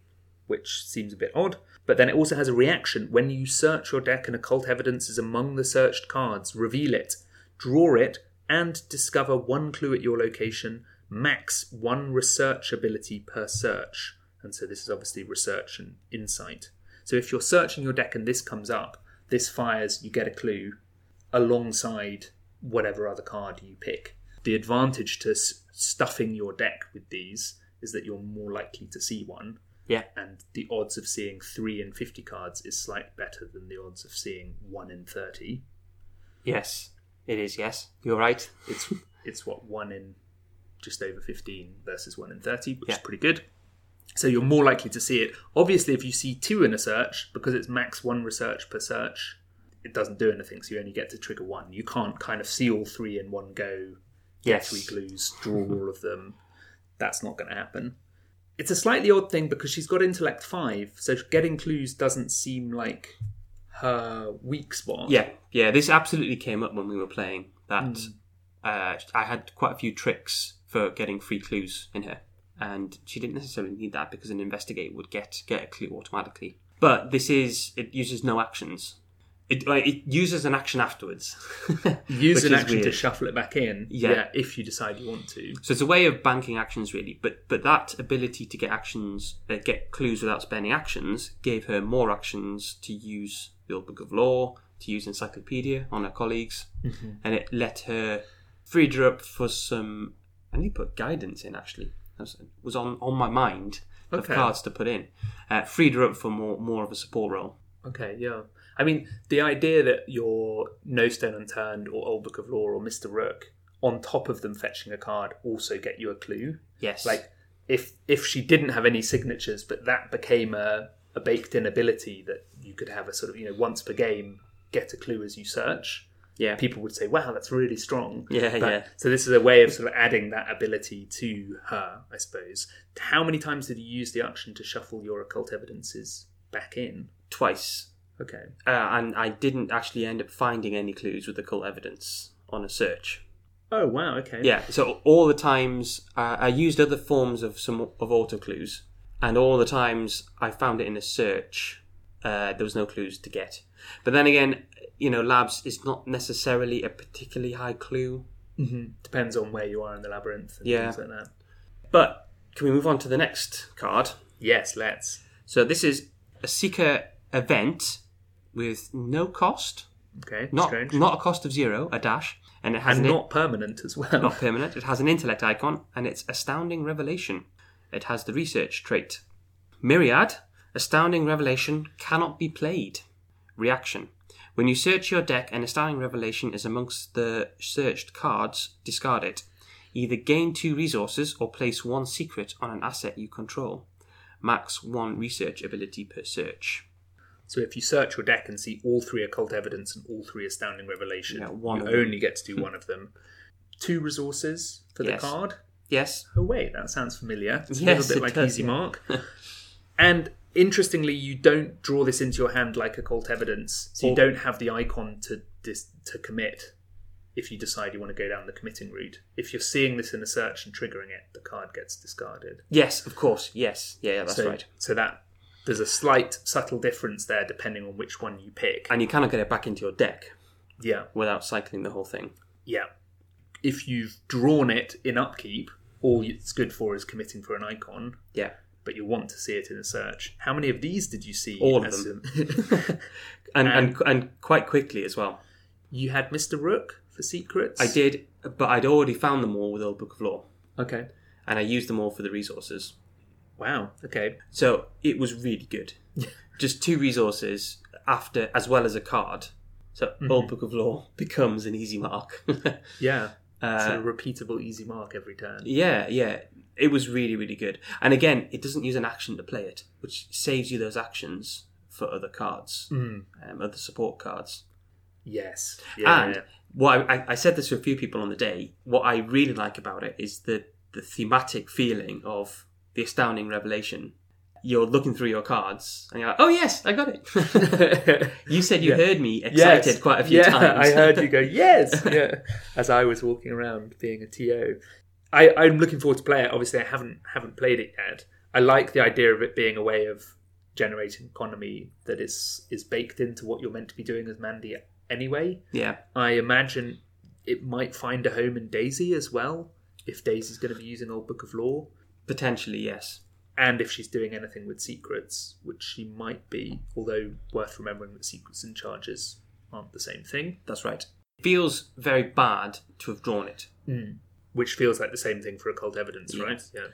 A: which seems a bit odd. But then it also has a reaction. When you search your deck and occult evidence is among the searched cards, reveal it, draw it, and discover one clue at your location, max one research ability per search. And so this is obviously research and insight. So if you're searching your deck and this comes up, this fires, you get a clue alongside whatever other card you pick. The advantage to s- stuffing your deck with these is that you're more likely to see one,
B: Yeah.
A: and the odds of seeing 3 in 50 cards is slightly better than the odds of seeing 1 in 30.
B: Yes. It is, yes. You're right.
A: It's it's what 1 in just over 15 versus 1 in 30, which is
B: Yeah.
A: pretty good. So you're more likely to see it. Obviously, if you see 2 in a search, because it's max 1 research per search, it doesn't do anything, so you only get to trigger 1. You can't kind of see all 3 in one go
B: Yes.
A: three clues, draw all of them. That's not going to happen. It's a slightly odd thing because she's got intellect five, so getting clues doesn't seem like her weak spot.
B: Yeah, yeah. This absolutely came up when we were playing. That
A: Hmm.
B: uh, I had quite a few tricks for getting free clues in her, and she didn't necessarily need that because an investigator would get get a clue automatically. But this is it uses no actions. It like it uses an action afterwards.
A: use
B: which
A: an
B: is
A: action to
B: weird.
A: shuffle it back in.
B: Yeah.
A: if you decide you want to.
B: So it's a way of banking actions, really. But but that ability to get actions, uh, get clues without spending actions, gave her more actions to use the old book of law, to use encyclopedia on her colleagues, and it let her freed her up for some. I need to put guidance in actually. That was, was on on my mind
A: Okay.
B: of cards to put in. Uh, freed her up for more more of a support role.
A: Okay, yeah. I mean, the idea that your No Stone Unturned or Old Book of Law or Mister Rook, on top of them fetching a card, also get you a clue
B: Yes,
A: like if if she didn't have any signatures but that became a, a baked in ability that you could have a sort of you know once per game get a clue as you search
B: yeah,
A: people would say wow that's really strong
B: Yeah,
A: But-
B: yeah.
A: so this is a way of sort of adding that ability to her i suppose how many times did you use the action to shuffle your occult evidences back in
B: twice.
A: okay
B: Uh, and I didn't actually end up finding any clues with occult evidence on a search.
A: oh wow okay
B: Yeah, so all the times uh, I used other forms of some of auto clues, and all the times I found it in a search, uh, there was no clues to get. But then again, you know, labs is not necessarily a particularly high clue.
A: Mhm. depends on where you are in the labyrinth and
B: Yeah.
A: things like that
B: But can we move on to the next card?
A: yes let's
B: So this is a seeker event with no cost,
A: okay
B: not
A: strange
B: not a cost of zero, a dash, and it has
A: and
B: an
A: not permanent as well
B: not permanent. It has an intellect icon, and it's astounding revelation. It has the research trait. Myriad, astounding revelation cannot be played. Reaction. When you search your deck and astounding revelation is amongst the searched cards, discard it. Either gain two resources or place one secret on an asset you control. Max one research ability per search.
A: So if you search your deck and see all three occult evidence and all three astounding revelation,
B: Yeah, one
A: you
B: of them.
A: only get to do one of them. Two resources for the
B: Yes.
A: card.
B: Yes.
A: Oh wait, that sounds familiar. It's a
B: Yes,
A: little bit
B: it
A: like
B: does,
A: Easy
B: yeah.
A: Mark. and interestingly, you don't draw this into your hand like occult evidence, so you
B: Or-
A: don't have the icon to dis- to commit. If you decide you want to go down the committing route, if you're seeing this in a search and triggering it, the card gets discarded.
B: Yes, of course. Yes. Yeah, yeah that's
A: so,
B: right.
A: So that there's a slight subtle difference there depending on which one you pick.
B: And you cannot get it back into your deck
A: yeah.
B: without cycling the whole thing.
A: Yeah. If you've drawn it in upkeep, all it's good for is committing for an icon,
B: Yeah.
A: but you want to see it in a search. How many of these did you see?
B: All of
A: as
B: them.
A: a-
B: and, and and quite quickly as well.
A: you had Mr. Rook for secrets?
B: I did, but I'd already found them all with Old Book of Law,
A: Okay.
B: and I used them all for the resources.
A: Wow. Okay.
B: So it was really good. Just two resources after, as well as a card. So Old Book of Law becomes an easy mark.
A: Yeah.
B: uh,
A: so a repeatable easy mark every turn.
B: yeah, yeah. It was really, really good. And again, it doesn't use an action to play it, which saves you those actions for other cards, um, other support cards.
A: Yes. Yeah.
B: and what I, I, I said this to a few people on the day. What I really like about it is the the thematic feeling of the astounding revelation. You're looking through your cards and you're like, "Oh yes, I got it." you said you heard me
A: Yes.
B: excited quite a few
A: Yeah,
B: times.
A: I heard you go, yes, yeah, as I was walking around being a TO. I, I'm looking forward to play it. Obviously, I haven't haven't played it yet. I like the idea of it being a way of generating economy that is is baked into what you're meant to be doing as Mandy anyway.
B: Yeah.
A: I imagine it might find a home in Daisy as well, if Daisy's going to be using Old Book of Law,
B: Potentially, yes.
A: and if she's doing anything with secrets, which she might be, although worth remembering that secrets and charges aren't the same thing,
B: That's right. It feels very bad to have drawn it.
A: which feels like the same thing for occult evidence,
B: Yeah.
A: right? Yeah.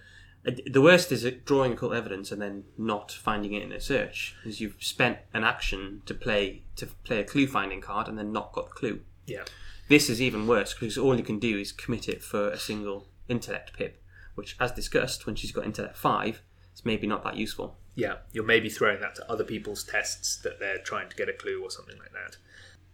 B: Uh, The worst is it drawing occult evidence and then not finding it in a search, because you've spent an action to play to play a clue finding card and then not got the clue.
A: Yeah.
B: This is even worse because all you can do is commit it for a single intellect pip, which, as discussed, when she's got intellect five, it's maybe not that useful.
A: Yeah, you're maybe throwing that to other people's tests that they're trying to get a clue or something like that.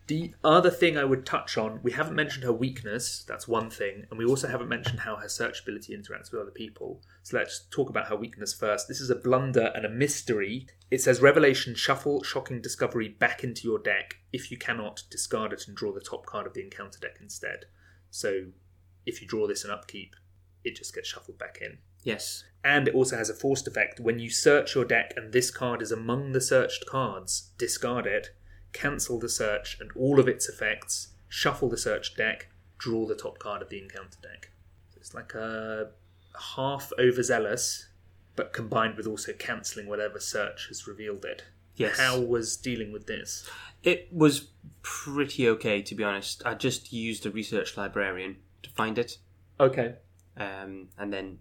A: The other thing I would touch on, we haven't mentioned her weakness, that's one thing, and we also haven't mentioned how her searchability interacts with other people. So let's talk about her weakness first. This is a blunder and a mystery. It says Revelation shuffle shocking discovery back into your deck. If you cannot, discard it and draw the top card of the encounter deck instead. So if you draw this in upkeep, it just gets shuffled back in.
B: Yes,
A: And it also has a forced effect. When you search your deck and this card is among the searched cards, discard it, cancel the search and all of its effects, shuffle the searched deck, draw the top card of the encounter deck. So it's like a half overzealous, but combined with also cancelling whatever search has revealed it.
B: Yes.
A: How was dealing with this?
B: it was pretty okay to be honest. I just used a research librarian to find it,
A: Okay.
B: um, and then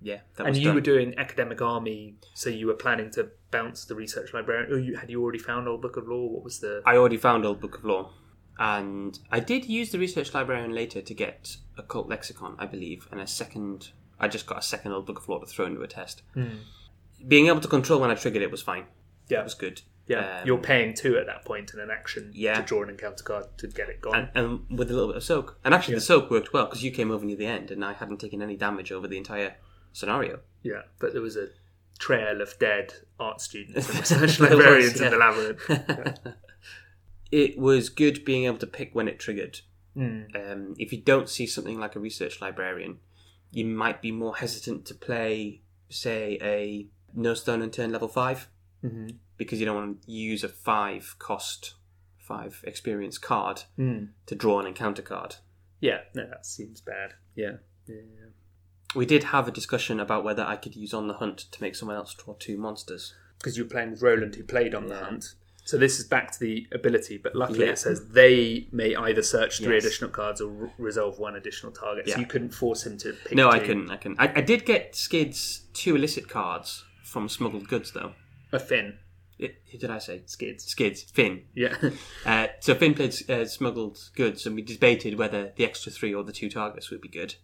B: yeah, that
A: And
B: was
A: you
B: done.
A: were doing academic army, so you were planning to bounce the research librarian. Oh, you, had you already found Old Book of Law? What was the?
B: I already found Old Book of Law, and I did use the research librarian later to get occult lexicon, I believe, and a second. I just got a second Old Book of Law to throw into a test. Being able to control when I triggered it was fine.
A: Hmm. Yeah.
B: That was good.
A: Yeah,
B: Um,
A: you're paying two at that point in an action
B: Yeah.
A: to draw an encounter card to get it gone.
B: and, and with a little bit of soak. And actually, the soak worked well because you came over near the end, and I hadn't taken any damage over the entire scenario.
A: yeah, but there was a trail of dead art students and research librarians
B: yeah.
A: in the labyrinth.
B: It was good being able to pick when it triggered.
A: Hmm.
B: Um, if you don't see something like a research librarian, you might be more hesitant to play, say, a no stone unturned level 5 because you don't want to use a five cost, five experience card to draw an encounter card.
A: Yeah, no, that seems bad. Yeah.
B: We did have a discussion about whether I could use on the hunt to make someone else draw two monsters.
A: Because you're playing with Roland, who played on the hunt. So this is back to the ability, but luckily
B: Yeah.
A: it says they may either search three
B: Yes.
A: additional cards or re- resolve one additional target.
B: Yeah.
A: So you couldn't force him to pick
B: No, I
A: two.
B: couldn't. I couldn't. I, I did get Skid's two illicit cards from smuggled goods, though.
A: A Finn.
B: It, who did I say?
A: Skids.
B: Skid's Finn.
A: Yeah.
B: Uh, so Finn played uh, smuggled goods, and we debated whether the extra three or the two targets would be good.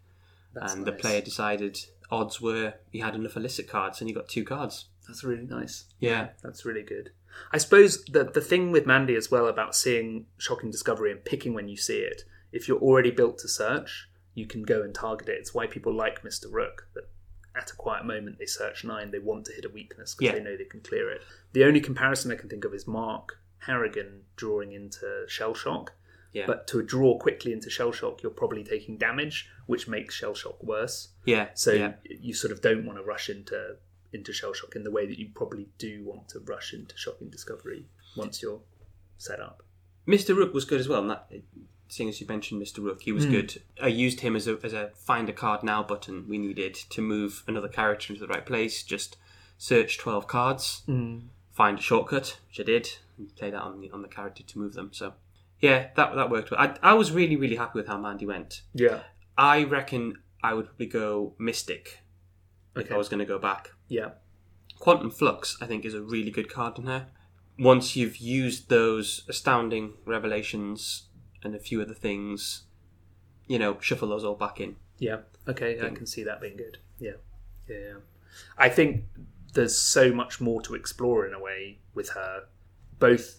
B: and the
A: nice.
B: player decided odds were he had enough illicit cards, and he got two cards.
A: That's really nice.
B: Yeah,
A: That's really good. I suppose the the thing with Mandy as well about seeing shocking discovery and picking when you see it. If you're already built to search, you can go and target it. It's why people like Mr. Rook that at a quiet moment they search nine. They want to hit a weakness because
B: Yeah.
A: they know they can clear it. The only comparison I can think of is Mark Harrigan drawing into shell shock.
B: yeah,
A: But to draw quickly into shell shock, you're probably taking damage, which makes shell shock worse.
B: yeah.
A: So
B: yeah.
A: you sort of don't want to rush into into shell shock in the way that you probably do want to rush into shocking discovery once you're set up.
B: Mr. Rook was good as well. And that, seeing as you mentioned Mr. Rook, he was good. I used him as a as a find a card now button we needed to move another character into the right place. Just search twelve cards, find a shortcut, which I did, and play that on the on the character to move them. So yeah, that that worked well. I I was really really happy with how Mandy went.
A: Yeah.
B: I reckon I would probably go Mystic if
A: Okay.
B: I was going to go back.
A: Yeah.
B: Quantum Flux, I think, is a really good card in her. Once you've used those astounding revelations and a few other things, you know, shuffle those all back in.
A: Yeah. Okay. I can see that being good. Yeah. Yeah. I think there's so much more to explore in a way with her, both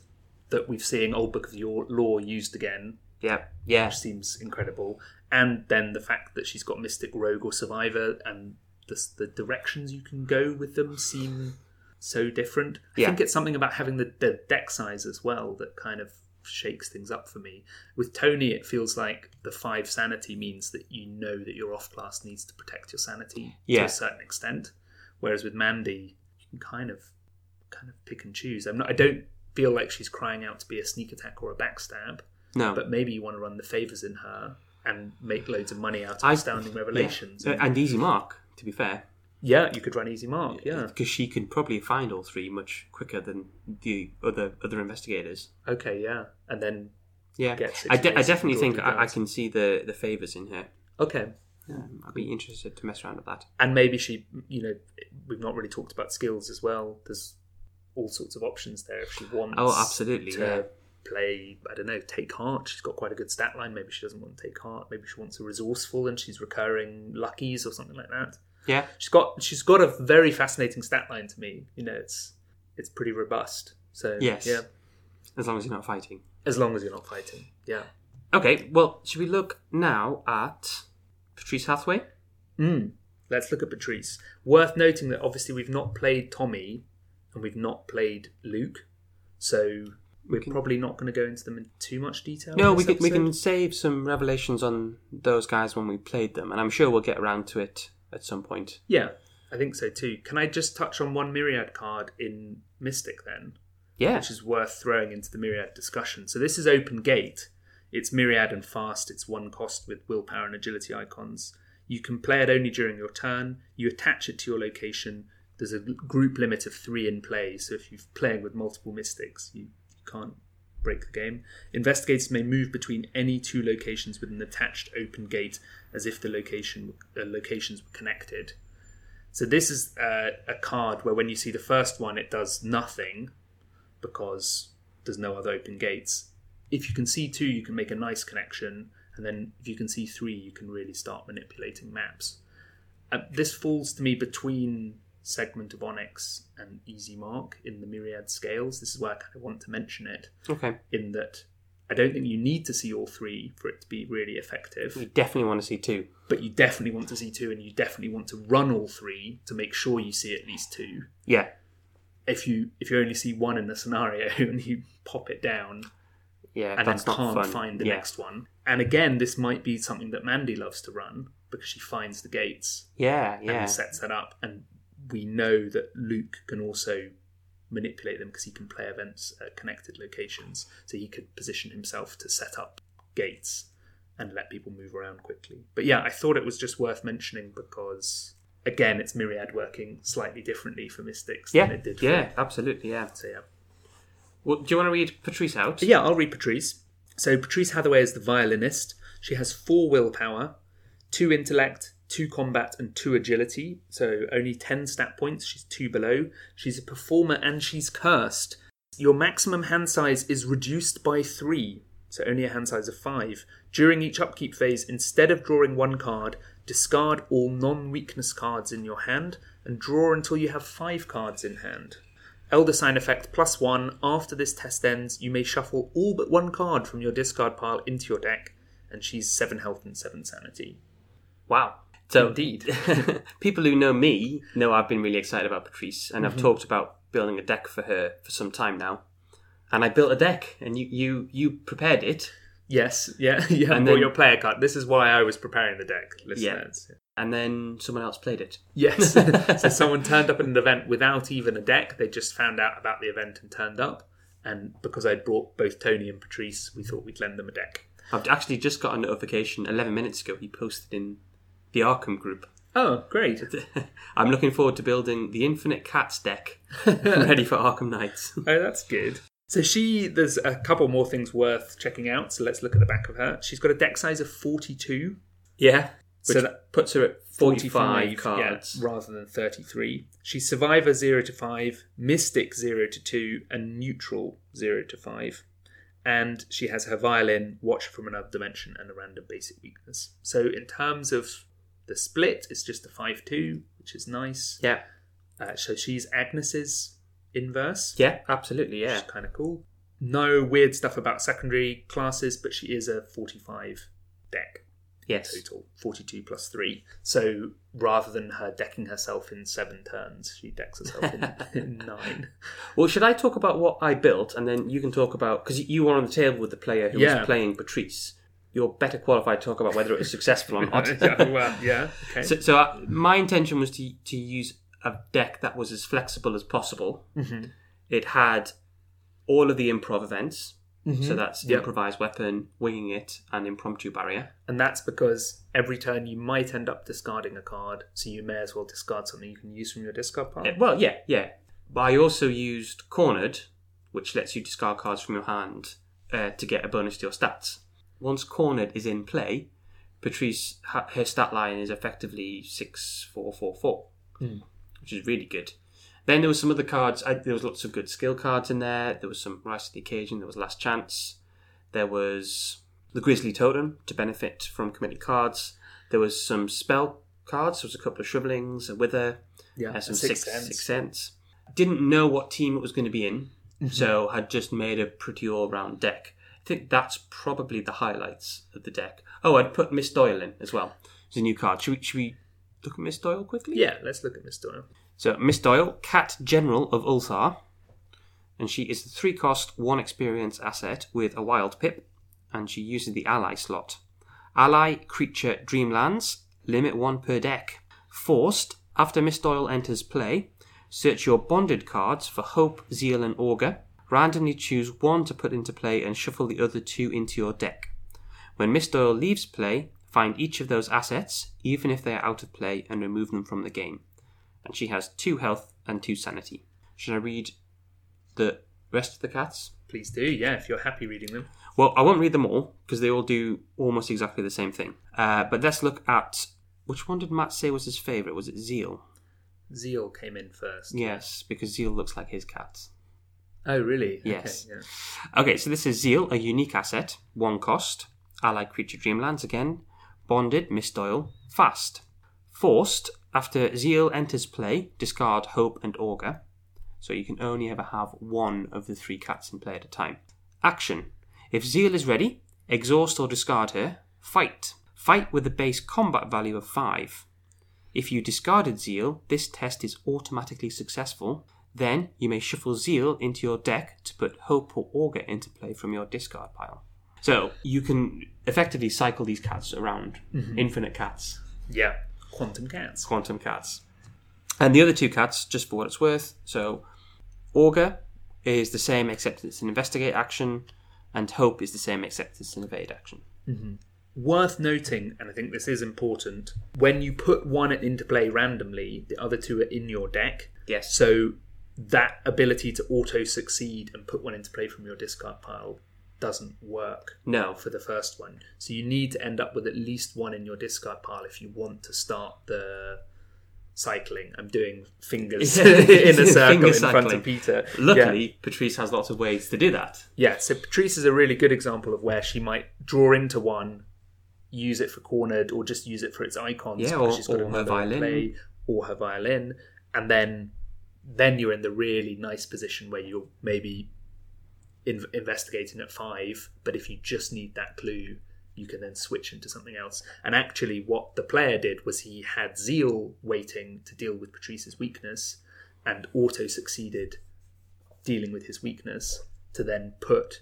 A: that we've seen Old Book of Your Law used again,
B: Yeah, yeah,
A: which seems incredible, and then the fact that she's got Mystic Rogue or Survivor, and the, the directions you can go with them seem so different. I
B: Yeah.
A: think it's something about having the, the deck size as well that kind of shakes things up for me. With Tony, it feels like the five sanity means that you know that your off class needs to protect your sanity
B: Yeah.
A: to a certain extent, whereas with Mandy, you can kind of kind of pick and choose. I'm not. I don't feel like she's crying out to be a sneak attack or a backstab,
B: No.
A: but maybe you want to run the favors in her and make loads of money out of
B: I-
A: astounding revelations.
B: Yeah. Uh, And easy mark, to be fair.
A: Yeah, you could run easy mark. Yeah.
B: Because she can probably find all three much quicker than the other other investigators.
A: Okay. Yeah, and then
B: Yeah.
A: Get six
B: I, de- I
A: points
B: definitely
A: and
B: think
A: draw two
B: I, I
A: dice.
B: can see the, the favours in her.
A: okay,
B: Um, I'd be interested to mess around with that.
A: and maybe she. You know, we've not really talked about skills as well. There's all sorts of options there if she wants.
B: Oh, absolutely,
A: To
B: yeah.
A: play, I don't know, take heart. She's got quite a good stat line. Maybe she doesn't want to take heart. Maybe she wants a resourceful and she's recurring luckies or something like that.
B: Yeah.
A: She's got she's got a very fascinating stat line to me. You know, it's it's pretty robust. So
B: Yes.
A: yeah,
B: As long as you're not fighting.
A: as long as you're not fighting. Yeah.
B: Okay, well, should we look now at Patrice Hathaway? Hmm.
A: Mm. Let's look at Patrice. Worth noting that obviously we've not played Tommy and we've not played Luke, so we're
B: can-
A: probably not going to go into them in too much detail.
B: No,
A: in
B: we
A: this
B: can, we
A: episode.
B: can save some revelations on those guys when we played them, and I'm sure we'll get around to it at some point.
A: Yeah, I think so too. Can I just touch on one myriad card in Mystic then?
B: Yeah.
A: which is worth throwing into the myriad discussion. So this is open gate. It's myriad and fast. It's one cost with willpower and agility icons. You can play it only during your turn. You attach it to your location. There's a group limit of three in play. So if you're playing with multiple mystics, you, you can't break the game. Investigators may move between any two locations with an attached open gate, as if the location uh, locations were connected. So this is uh, a card where when you see the first one, it does nothing because there's no other open gates. If you can see two, you can make a nice connection, and then if you can see three, you can really start manipulating maps. Uh, this falls to me between Segment of Onyx and Easy Mark in the myriad scales. This is why I kind of want to mention it,
B: Okay.
A: in that I don't think you need to see all three for it to be really effective
B: We definitely want to see two.
A: but you definitely want to see two and you definitely want to run all three to make sure you see at least two
B: Yeah.
A: if you if you only see one in the scenario and you pop it down
B: Yeah.
A: and
B: that's
A: then
B: not
A: can't
B: fun.
A: find the
B: yeah.
A: next one and again this might be something that mandy loves to run because she finds the gates
B: Yeah. Yeah.
A: and sets that up and we know that luke can also manipulate them because he can play events at connected locations so he could position himself to set up gates and let people move around quickly but yeah i thought it was just worth mentioning because again it's myriad working slightly differently for mystics
B: Yeah.
A: than it did
B: Yeah. Absolutely. Yeah.
A: for so yeah
B: Well, do you want to read Patrice out?
A: yeah, I'll read Patrice. So Patrice Hathaway is the violinist. She has four willpower, two intellect, two combat, and two agility. So only ten stat points. She's two below. She's a performer and she's cursed. Your maximum hand size is reduced by three, so only a hand size of five. During each upkeep phase, instead of drawing one card, discard all non weakness cards in your hand and draw until you have five cards in hand. Elder Sign effect plus one. After this test ends, you may shuffle all but one card from your discard pile into your deck, and she's seven health and seven sanity.
B: Wow. So
A: Indeed.
B: people who know me know I've been really excited about Patrice, and I've talked about building a deck for her for some time now. And I built a deck, and you you you prepared it,
A: Yes, yeah, yeah.
B: And
A: And well,
B: then-
A: your player card. This is why I was preparing the deck, listeners.
B: and then someone else played it.
A: Yes. so someone turned up at an event without even a deck. They just found out about the event and turned up. And because I'd brought both Tony and Patrice, we thought we'd lend them a deck.
B: I've actually just got a notification 11 minutes ago. He posted in the Arkham group.
A: Oh, great.
B: I'm looking forward to building the Infinite Cats deck, ready for Arkham Knights.
A: Oh, that's good. So she, there's a couple more things worth checking out. So let's look at the back of her. She's got a deck size of 42,
B: Yeah,
A: so that
B: puts her at
A: 45
B: 45 cards.
A: yeah, rather than 33. She's survivor 0 to 5, mystic 0 to 2, and neutral 0 to 5. And she has her violin, watcher from another dimension, and a random basic weakness. So in terms of the split, it's just a 5 2, which is nice.
B: Yeah,
A: Uh, so she's Agnes's inverse
B: yeah, absolutely. Yeah,
A: which is kind of cool. No weird stuff about secondary classes, but she is a 45 deck
B: yes.
A: total, 42 plus 3. So rather than her decking herself in seven turns, she decks herself in, in nine.
B: Well, should I talk about what I built, and then you can talk about because you were on the table with the player who
A: Yeah.
B: was playing Patrice. You're better qualified to talk about whether it was successful or not. uh,
A: yeah, well, yeah, okay.
B: So, so I, my intention was to to use a deck that was as flexible as possible.
A: Mm-hmm.
B: It had all of the improv events.
A: Mm-hmm.
B: So that's
A: Yep.
B: improvised weapon, winging it, and impromptu barrier.
A: And that's because every turn you might end up discarding a card, so you may as well discard something you can use from your discard pile.
B: Uh, Well, yeah, yeah. But I also used cornered, which lets you discard cards from your hand uh, to get a bonus to your stats. Once cornered is in play, Patrice ha- her stat line is effectively six four four four, which is really good. Then there was some other cards. I, there was lots of good skill cards in there. There was some rise to the occasion. There was last chance. There was the grizzly totem to benefit from committed cards. There was some spell cards. There was a couple of shrivelings, a wither,
A: yeah,
B: has some
A: and
B: six,
A: Sixth
B: six,
A: Sense.
B: six cents. Didn't know what team it was going to be in, so had just made a pretty all round deck. I think that's probably the highlights of the deck. Oh, I'd put Miss Doyle in as well. It's a new card. Should we, should we look at Miss Doyle quickly?
A: Yeah, let's look at Miss Doyle.
B: So Miss Doyle, Cat General of Ulthar, and she is the three cost, one experience asset with a wild pip, and she uses the ally slot. Ally creature Dreamlands, limit one per deck. Forced, after Miss Doyle enters play, search your bonded cards for Hope, Zeal, and Augur. Randomly choose one to put into play and shuffle the other two into your deck. When Miss Doyle leaves play, find each of those assets, even if they are out of play, and remove them from the game and she has two health and two sanity. Should I read the rest of the cats?
A: Please do, yeah, if you're happy reading them.
B: Well, I won't read them all because they all do almost exactly the same thing. Uh, but let's look at which one did Matt say was his favourite? Was it Zeal?
A: Zeal came in first.
B: Yes, because Zeal looks like his cats.
A: Oh, really?
B: Yes.
A: Okay, yeah.
B: Okay, so this is Zeal, a unique asset, one cost, allied creature Dreamlands again, bonded, Miss Doyle, fast. Forced, after Zeal enters play, discard Hope and Augur, so you can only ever have one of the three cats in play at a time. Action. If Zeal is ready, exhaust or discard her, fight. Fight with a base combat value of 5. If you discarded Zeal, this test is automatically successful. Then you may shuffle Zeal into your deck to put Hope or Augur into play from your discard pile. So you can effectively cycle these cats around. Infinite cats,
A: Yeah. Quantum Cats.
B: quantum cats. And the other two cats, just for what it's worth. So Augur is the same except it's an investigate action, and Hope is the same except it's an evade action.
A: Worth noting, and I think this is important, when you put one into play randomly, the other two are in your deck.
B: Yes.
A: So that ability to auto succeed and put one into play from your discard pile doesn't work
B: No,
A: for the first one. So you need to end up with at least one in your discard pile if you want to start the cycling. I'm doing fingers
B: Yeah.
A: in a circle
B: Finger
A: in front
B: cycling.
A: of Peter. Yeah.
B: luckily Patrice has lots of ways to do that.
A: Yeah, so Patrice is a really good example of where she might draw into one, use it for cornered, or just use it for its icons.
B: Yeah,
A: because
B: or- or her
A: another in
B: violin.
A: or her violin, and then then you're in the really nice position where you're maybe in- investigating at five. But if you just need that clue, you can then switch into something else. And actually, what the player did was he had Zeal waiting to deal with Patrice's weakness, and auto succeeded dealing with his weakness to then put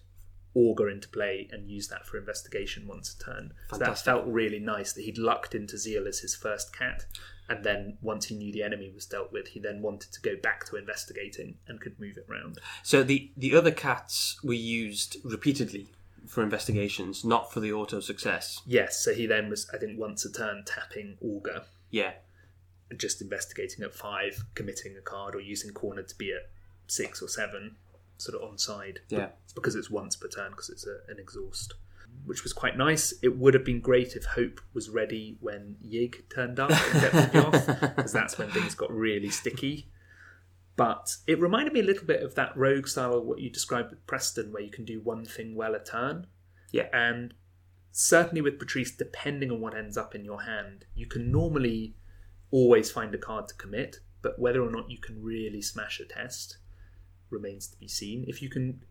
A: auger into play and use that for investigation once a turn. So that
B: Fantastic.
A: felt really nice that he'd lucked into Zeal as his first cat, and then once he knew the enemy was dealt with, he then wanted to go back to investigating and could move it round.
B: So the the other cats were used repeatedly for investigations, not for the auto success.
A: Yes, so he then was, I think, once a turn tapping auger
B: Yeah,
A: and just investigating at five, committing a card or using corner to be at six or seven, sort of onside.
B: yeah.
A: because it's once per turn because it's a, an exhaust, which was quite nice. It would have been great if Hope was ready when Yig turned up and kept me off, because that's when things got really sticky. But it reminded me a little bit of that rogue style, what you described with Preston, where you can do one thing well a turn.
B: Yeah.
A: And certainly with Patrice, depending on what ends up in your hand, you can normally always find a card to commit, but whether or not you can really smash a test remains to be seen. If you can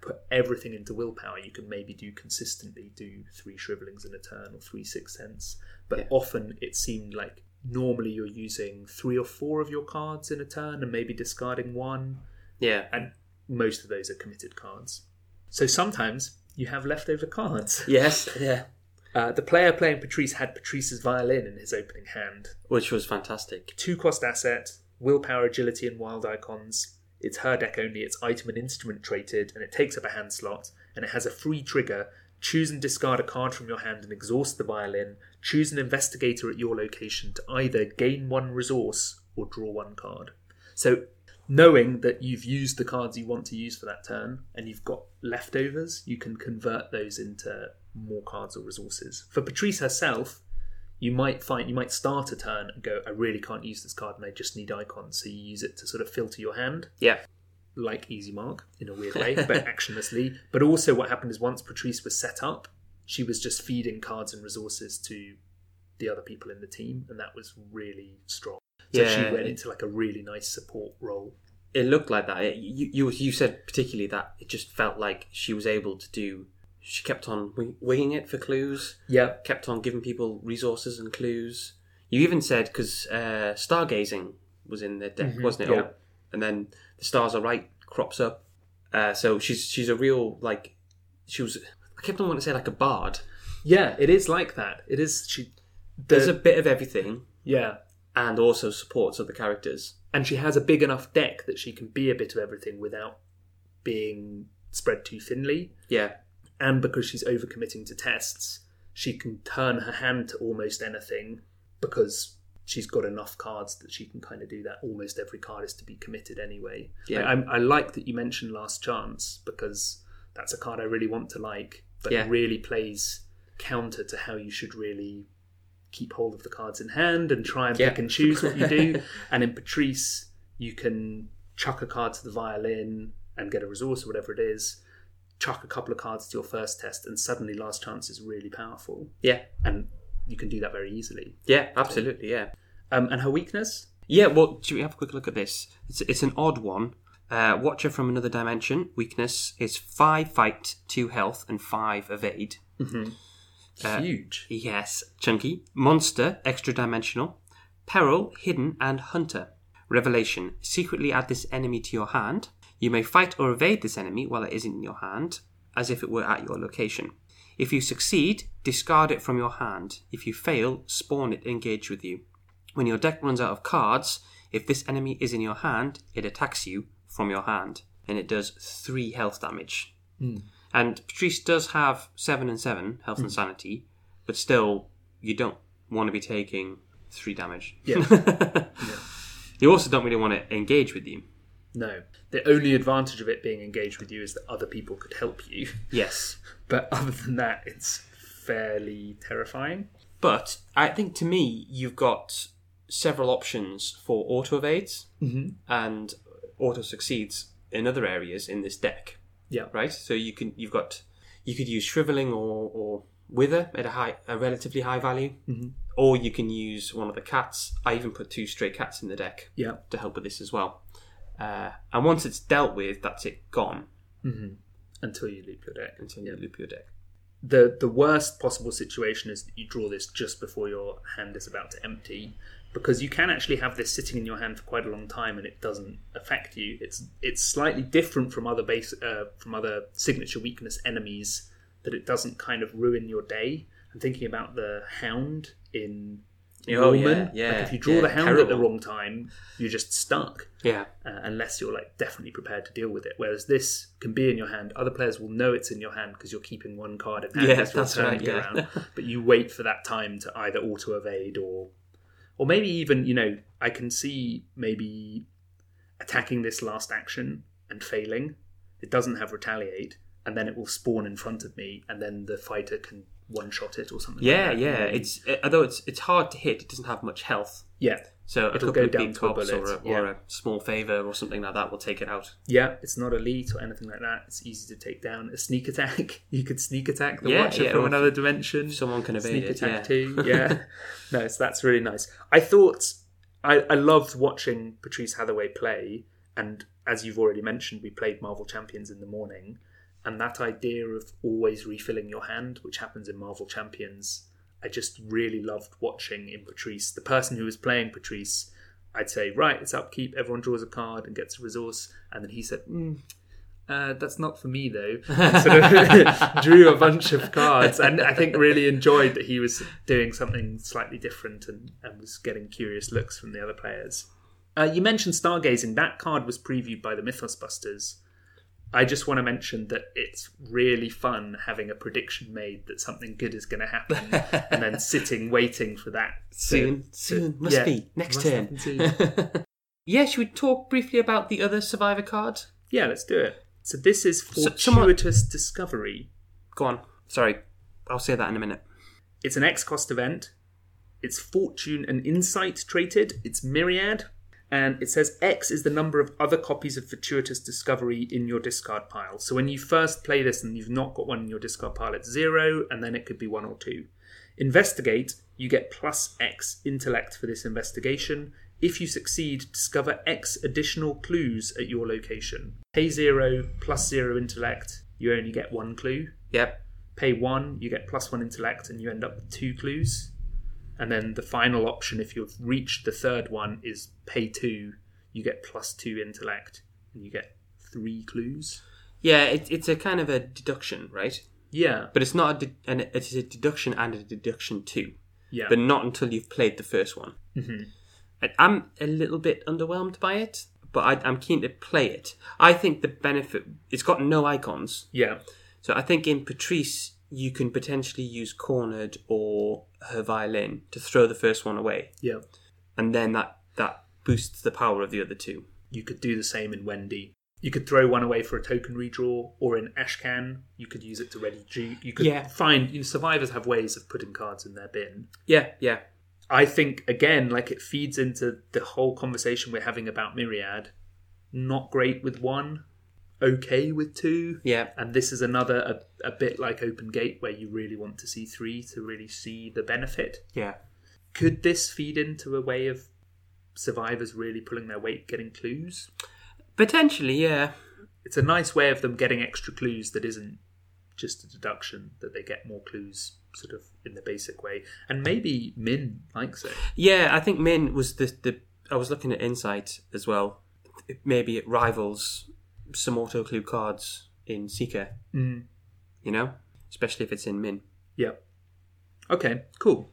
A: put everything into willpower, you can maybe do consistently do three shrivelings in a turn or three six cents. But
B: Yeah.
A: often it seemed like normally you're using three or four of your cards in a turn and maybe discarding one,
B: Yeah.
A: and most of those are committed cards. So sometimes you have leftover cards.
B: Yes. Yeah.
A: Uh, the player playing Patrice had Patrice's violin in his opening hand.
B: Which was fantastic.
A: Two cost asset, willpower, agility, and wild icons. It's her deck only, it's item and instrument traded, and it takes up a hand slot, and it has a free trigger. Choose and discard a card from your hand and exhaust the violin. Choose an investigator at your location to either gain one resource or draw one card. So, knowing that you've used the cards you want to use for that turn and you've got leftovers, you can convert those into more cards or resources. For Patrice herself, you might find you might start a turn and go, I really can't use this card and I just need icons. So you use it to sort of filter your hand,
B: Yeah.
A: like Easy Mark in a weird way, but actionlessly. But also, what happened is once Patrice was set up, she was just feeding cards and resources to the other people in the team, and that was really strong. So
B: Yeah.
A: she went into like a really nice support role.
B: It looked like that. It, you, you you said particularly that it just felt like she was able to do. She kept on wing- winging it for clues.
A: Yeah,
B: kept on giving people resources and clues. You even said because uh, stargazing was in their deck,
A: Mhm,
B: wasn't it?
A: yeah.
B: Oh, and then the stars are right crops up. Uh, so she's she's a real like she was. I kept on wanting to say like a bard.
A: yeah, it is like that. It is she. the-
B: There's a bit of everything
A: yeah,
B: and also supports other characters.
A: and she has a big enough deck that she can be a bit of everything without being spread too thinly.
B: Yeah,
A: And because she's overcommitting to tests, she can turn her hand to almost anything because she's got enough cards that she can kind of do that. Almost every card is to be committed anyway.
B: Yeah.
A: I, I, I like that you mentioned Last Chance because that's a card I really want to like, but
B: Yeah.
A: really plays counter to how you should really keep hold of the cards in hand and try and
B: Yeah.
A: pick and choose what you do. and in Patrice, you can chuck a card to the violin and get a resource or whatever it is, chuck a couple of cards to your first test, and suddenly last chance is really powerful.
B: yeah,
A: And you can do that very easily.
B: yeah. Absolutely, yeah.
A: Um, and her weakness?
B: Yeah, well, should we have a quick look at this? It's, it's an odd one. Uh, Watcher from another dimension. Weakness is five fight, two health, and five evade.
A: Huge.
B: Yes, chunky. Monster, extra dimensional. Peril, hidden, and hunter. Revelation, secretly add this enemy to your hand. You may fight or evade this enemy while it is in your hand, as if it were at your location. If you succeed, discard it from your hand. If you fail, spawn it engage with you. When your deck runs out of cards, if this enemy is in your hand, it attacks you from your hand, and it does three health damage.
A: Hmm.
B: And Patrice does have seven and seven health
A: Hmm.
B: and sanity, but still, you don't want to be taking three damage.
A: Yeah.
B: You also don't really want to engage with you.
A: No. The only advantage of it being engaged with you is that other people could help you.
B: Yes.
A: But other than that, it's fairly terrifying.
B: But I think to me, you've got several options for auto evades and auto succeeds in other areas in this deck,
A: Yeah.
B: right? So you can you've got you could use shriveling or, or wither at a high a relatively high value, or you can use one of the cats. I even put two stray cats in the deck.
A: Yeah.
B: to help with this as well. Uh, and once it's dealt with, that's it gone
A: Until you loop your deck.
B: until you loop your deck.
A: the the worst possible situation is that you draw this just before your hand is about to empty because you can actually have this sitting in your hand for quite a long time and it doesn't affect you it's it's slightly different from other base uh, from other signature weakness enemies that it doesn't kind of ruin your day i'm thinking about the hound in
B: Oh, yeah,
A: Norman.
B: yeah,
A: like if you draw
B: yeah,
A: the hound at the
B: terrible.
A: wrong time you're just stuck
B: Yeah,
A: uh, unless you're like definitely prepared to deal with it. Whereas this can be in your hand. Other players will know it's in your hand because you're keeping one card in hand
B: Yeah,
A: as your
B: that's
A: turn
B: right,
A: to go
B: yeah.
A: around. But you wait for that time to either auto evade or, or maybe even you know I can see maybe attacking this last action and failing. It doesn't have retaliate, and then it will spawn in front of me, and then the fighter can one shot it or something.
B: yeah,
A: like that.
B: yeah. It's uh, although it's it's hard to hit. It doesn't have much health,
A: yeah.
B: so a
A: It'll
B: couple
A: go
B: of
A: down
B: big
A: to a
B: cops or, a,
A: bullet,
B: or
A: yeah.
B: a small favor or something like that will take it out.
A: Yeah, it's not elite or anything like that. It's easy to take down. A sneak attack. You could sneak attack the
B: Yeah,
A: watcher
B: yeah,
A: from
B: or if-
A: another dimension.
B: Someone can
A: Sneak
B: evade it.
A: attack
B: yeah.
A: too. Yeah. no, so that's really nice. I thought I, I loved watching Patrice Hathaway play, and as you've already mentioned, we played Marvel Champions in the morning, and that idea of always refilling your hand, which happens in Marvel Champions, I just really loved watching in Patrice. The person who was playing Patrice, I'd say, right, it's upkeep. Everyone draws a card and gets a resource, and then he said, mm, uh, that's not for me though. And sort of drew a bunch of cards, and I think really enjoyed that he was doing something slightly different and, and was getting curious looks from the other players. Uh, you mentioned Stargazing. That card was previewed by the Mythos Busters. I just want to mention that it's really fun having a prediction made that something good is going to happen and then sitting waiting for that. to-
B: Soon, soon, must
A: yeah,
B: be next
A: must
B: turn.
A: happen soon.
B: yeah, should we talk briefly about the other survivor cards?
A: yeah, let's do it. So this is
B: So- someone-
A: Fortuitous Discovery.
B: Go on. Sorry, I'll say that in a minute.
A: It's an X cost event. It's fortune and insight traded. It's myriad. And it says X is the number of other copies of Fortuitous Discovery in your discard pile. So when you first play this and you've not got one in your discard pile, it's zero, and then it could be one or two. Investigate, you get plus X intellect for this investigation. If you succeed, discover X additional clues at your location. Pay zero, plus zero intellect, you only get one clue
B: Yep.
A: pay one, you get plus one intellect, and you end up with two clues. And then the final option, if you've reached the third one, is pay two, you get plus two intellect, and you get three clues.
B: Yeah, it, it's a kind of a deduction, right?
A: Yeah,
B: But it's not a de- an, it is a deduction and a deduction too,
A: yeah, Mm-hmm.
B: but not until you've played the first one. I, I'm a little bit underwhelmed by it, but I, I'm keen to play it. I think the benefit it's got no icons,
A: yeah,
B: so I think in Patrice you can potentially use cornered or her violin to throw the first one away,
A: yeah.
B: and then that that boosts the power of the other two.
A: You could do the same in Wendy. You could throw one away for a token redraw, or in Ashcan, you could use it to ready G. You could
B: Yeah.
A: find. You survivors have ways of putting cards in their bin.
B: Yeah, yeah,
A: I think again, like it feeds into the whole conversation we're having about Myriad. Not great with one, okay with two,
B: yeah.
A: and this is another a, a bit like Open Gate where you really want to see three to really see the benefit.
B: Yeah.
A: Could this feed into a way of survivors really pulling their weight, getting clues?
B: Potentially, yeah.
A: It's a nice way of them getting extra clues that isn't just a deduction that they get more clues sort of in the basic way and maybe min likes it
B: Yeah, I think Min was the, the I was looking at Insight as well. It- Maybe it rivals some auto clue cards in Seeker,
A: mm.
B: you know? Especially if it's in Min.
A: Yep. Okay, cool.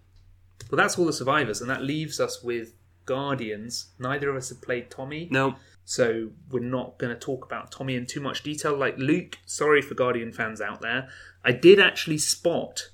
A: Well, that's all the survivors, and that leaves us with Guardians. Neither of us have played Tommy,
B: No.
A: so we're not going to talk about Tommy in too much detail. Like Luke, sorry for Guardian fans out there. I did actually spot.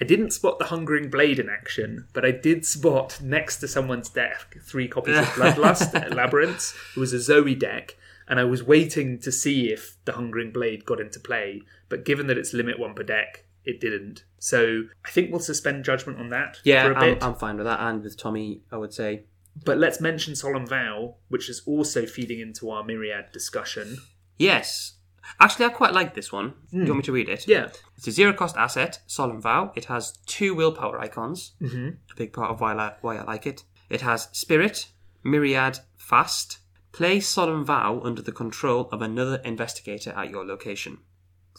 A: I didn't spot the Hungering Blade in action, but I did spot next to someone's deck three copies of Bloodlust at Labyrinths. It was a Zoe deck, and I was waiting to see if the Hungering Blade got into play, but given that it's limit one per deck, it didn't. So I think we'll suspend judgment on that
B: Yeah,
A: for a
B: I'm,
A: bit.
B: I'm fine with that. And with Tommy, I would say.
A: But let's mention Solemn Vow, which is also feeding into our myriad discussion.
B: Yes. Actually, I quite like this one. Do you want me to read it?
A: Hmm. Yeah.
B: It's a zero cost asset, Solemn Vow. It has two willpower icons.
A: Mm-hmm.
B: a big part of why I, like, why I like it. It has Spirit, Myriad, Fast. Play Solemn Vow under the control of another investigator at your location.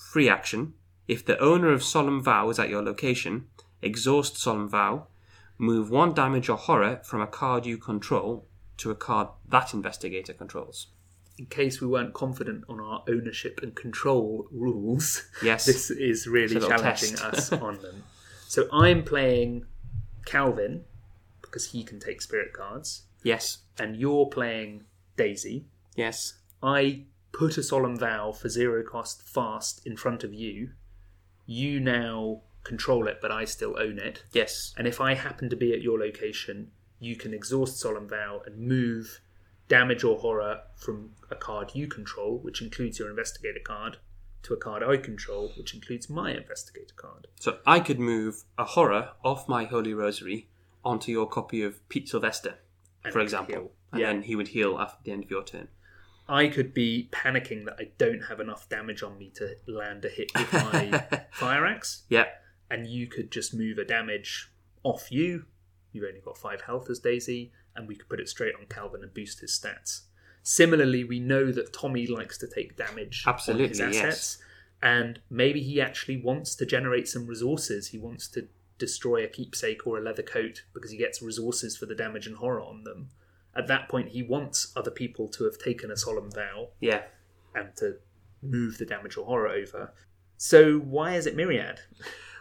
B: Free action. If the owner of Solemn Vow is at your location, exhaust Solemn Vow. Move one damage or horror from a card you control to a card that investigator controls.
A: in case we weren't confident on our ownership and control rules,
B: Yes.
A: this is really
B: It's a little
A: challenging us
B: test.
A: on them. So I'm playing Calvin because he can take spirit cards,
B: Yes.
A: and you're playing Daisy.
B: Yes.
A: I put a solemn vow for zero cost fast in front of you. You now control it, but I still own it.
B: Yes.
A: And if I happen to be at your location, you can exhaust Solemn Vow and move damage or horror from a card you control, which includes your investigator card, to a card I control, which includes my investigator card.
B: So I could move a horror off my Holy Rosary onto your copy of Pete Sylvester,
A: And
B: for
A: he'd
B: example.
A: heal.
B: And
A: Yeah.
B: then he would heal after the end of your turn.
A: I could be panicking that I don't have enough damage on me to land a hit with my fire axe,
B: Yeah.
A: and you could just move a damage off you. You've only got five health as Daisy, and we could put it straight on Calvin and boost his stats. Similarly, we know that Tommy likes to take damage on his
B: Absolutely, yes.
A: assets, and maybe he actually wants to generate some resources. He wants to destroy a keepsake or a leather coat because he gets resources for the damage and horror on them. At that point, he wants other people to have taken a solemn vow
B: Yeah.
A: and to move the damage or horror over. So, why is it Myriad?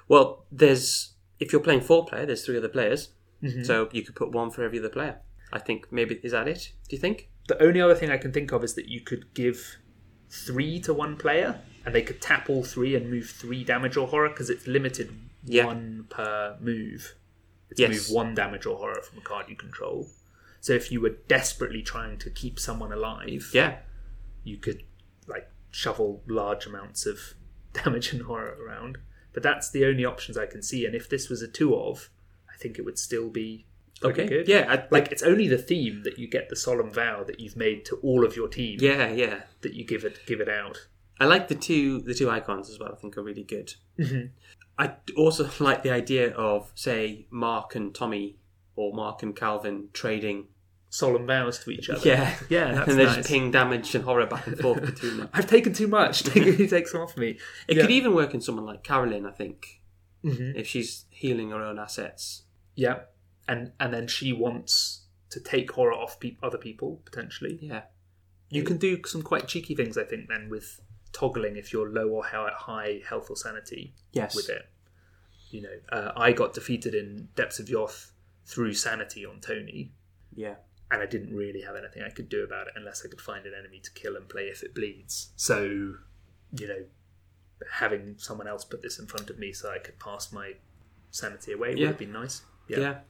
B: Well,
A: Mm-hmm.
B: there's if you're playing four player, there's three other players. So you could put one for every other player. I I think maybe is that it? Do you think?
A: The only other thing I can think of is that you could give three to one player, and they could tap all three and move three damage or horror because it's limited
B: Yeah.
A: one per move. It's
B: Yes.
A: move one damage or horror from a card you control. So if you were desperately trying to keep someone alive,
B: Yeah.
A: you could like shovel large amounts of damage and horror around. But that's the only options I can see. And if this was a two of, I think it would still be pretty
B: Okay.
A: Good.
B: Yeah. I,
A: Like it's only the theme that you get the solemn vow that you've made to all of your team
B: yeah, yeah.
A: that you give it give it out.
B: I like the two the two icons as well. I think are really good.
A: Mhm.
B: I also like the idea of say Mark and Tommy or Mark and Calvin trading.
A: Solemn vows to each other.
B: Yeah,
A: Yeah, that's
B: and they
A: nice.
B: just ping damage and horror back and forth between them.
A: I've taken too much. Take, you take some off me.
B: It
A: Yeah.
B: could even work in someone like Carolyn. I think
A: Mhm.
B: if she's healing her own assets.
A: Yeah, and and then she wants to take horror off peop other people potentially.
B: Yeah,
A: You can do some quite cheeky things, I think, then with toggling if you're low or hi- high health or sanity
B: yes,
A: with it. You know, uh, I got defeated in Depths of Yoth through sanity on Tony,
B: yeah,
A: and I didn't really have anything I could do about it unless I could find an enemy to kill and play if it bleeds. So, you know, having someone else put this in front of me so I could pass my sanity away would
B: Yeah.
A: have been nice.
B: yeah.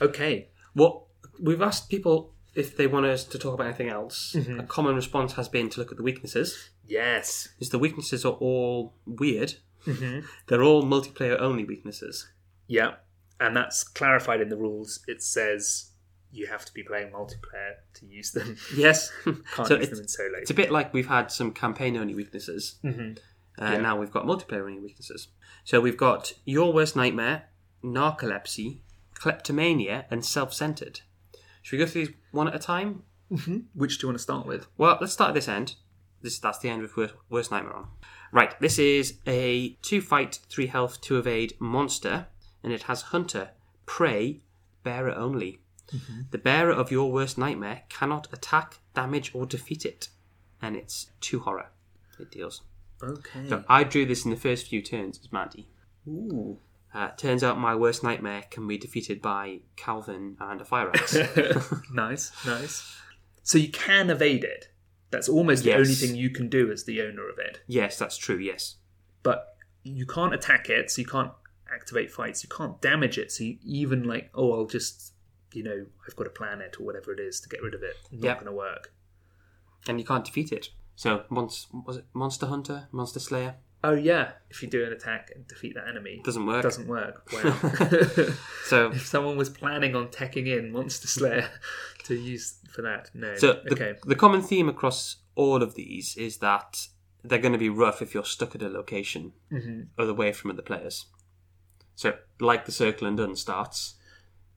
A: Okay.
B: What we've asked people if they want us to talk about anything else.
A: Mm-hmm.
B: A common response has been to look at the weaknesses.
A: Yes.
B: is the weaknesses are all weird.
A: Mm-hmm.
B: They're all multiplayer only weaknesses.
A: Yeah, and that's clarified in the rules. It says you have to be playing multiplayer to use them.
B: Yes.
A: Can't
B: so
A: use
B: it's,
A: them in solo.
B: it's a bit like we've had some campaign only weaknesses.
A: Mhm.
B: Uh,
A: Yeah.
B: Now we've got multiplayer only weaknesses. So we've got Your Worst Nightmare, Narcolepsy, Kleptomania, and Self Centered. Should we go through these one at a time?
A: Which do you want to start with?
B: Well, let's start at this end. This that's the end with worst, worst nightmare on. Right, this is a two fight, three health, two evade monster, and it has hunter, prey, bearer only. The bearer of your worst nightmare cannot attack, damage, or defeat it, and it's two horror. It deals.
A: Okay.
B: So I drew this in the first few turns as Mandy.
A: Ooh.
B: Uh, turns out my worst nightmare can be defeated by Calvin and a fire axe.
A: nice, nice. So you can evade it. That's almost
B: Yes.
A: the only thing you can do as the owner of it.
B: yes, that's true. Yes,
A: But you can't attack it, so you can't activate fights. You can't damage it, so you even like, oh, I'll just, you know, I've got a planet or whatever it is to get rid of it. Not
B: Yep.
A: going to work.
B: and you can't defeat it. So, monst- was it Monster Hunter, Monster Slayer?
A: Oh yeah, if you do an attack and defeat that enemy,
B: Doesn't work.
A: doesn't work. Wow.
B: So,
A: if someone was planning on teching in Monster Slayer to use for that, no.
B: so the,
A: okay.
B: the common theme across all of these is that they're going to be rough if you're stuck at a location
A: Mm-hmm.
B: or away from other players. So, like the circle and done starts,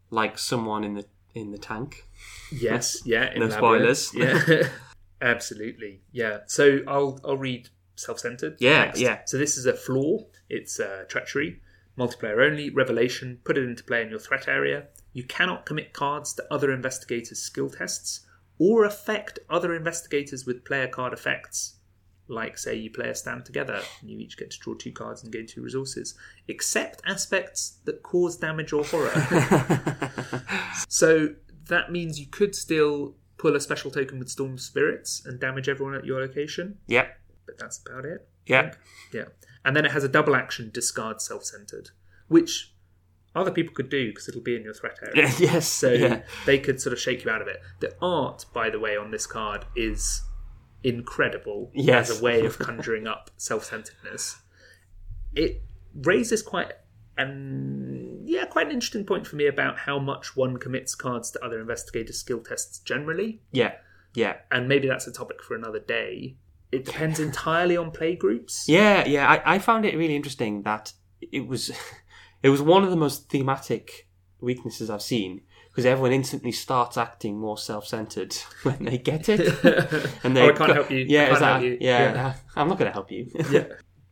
B: like someone in the in the tank.
A: Yes. Yeah. in
B: No
A: Labyrinth.
B: spoilers.
A: Yeah. Absolutely. Yeah. So I'll I'll read self-centered.
B: Yeah,
A: next.
B: yeah.
A: So this is a flaw. It's uh, treachery, multiplayer only, revelation. Put it into play in your threat area. You cannot commit cards to other investigators' skill tests or affect other investigators with player card effects. Like, say, you play a stand together, and you each get to draw two cards and gain two resources, except aspects that cause damage or horror. So that means you could still pull a special token with Storm Spirits and damage everyone at your location,
B: Yep.
A: but that's about it.
B: Yep.
A: Yeah. And then it has a double action discard self centered, which other people could do because it'll be in your threat area.
B: yes.
A: So
B: yeah.
A: they could sort of shake you out of it. The art, by the way, on this card is incredible
B: Yes.
A: as a way of conjuring up self centeredness. It raises quite an yeah, quite an interesting point for me about how much one commits cards to other investigator skill tests generally.
B: Yeah. Yeah.
A: And maybe that's a topic for another day. It depends entirely on play groups.
B: Yeah, yeah. I, I found it really interesting that it was it was one of the most thematic weaknesses I've seen because everyone instantly starts acting more self-centered when they get it. and they
A: Oh, I can't help you. I
B: Yeah,
A: can't
B: it's like,
A: help you.
B: yeah,
A: Yeah.
B: I'm not going to help you.
A: Yeah.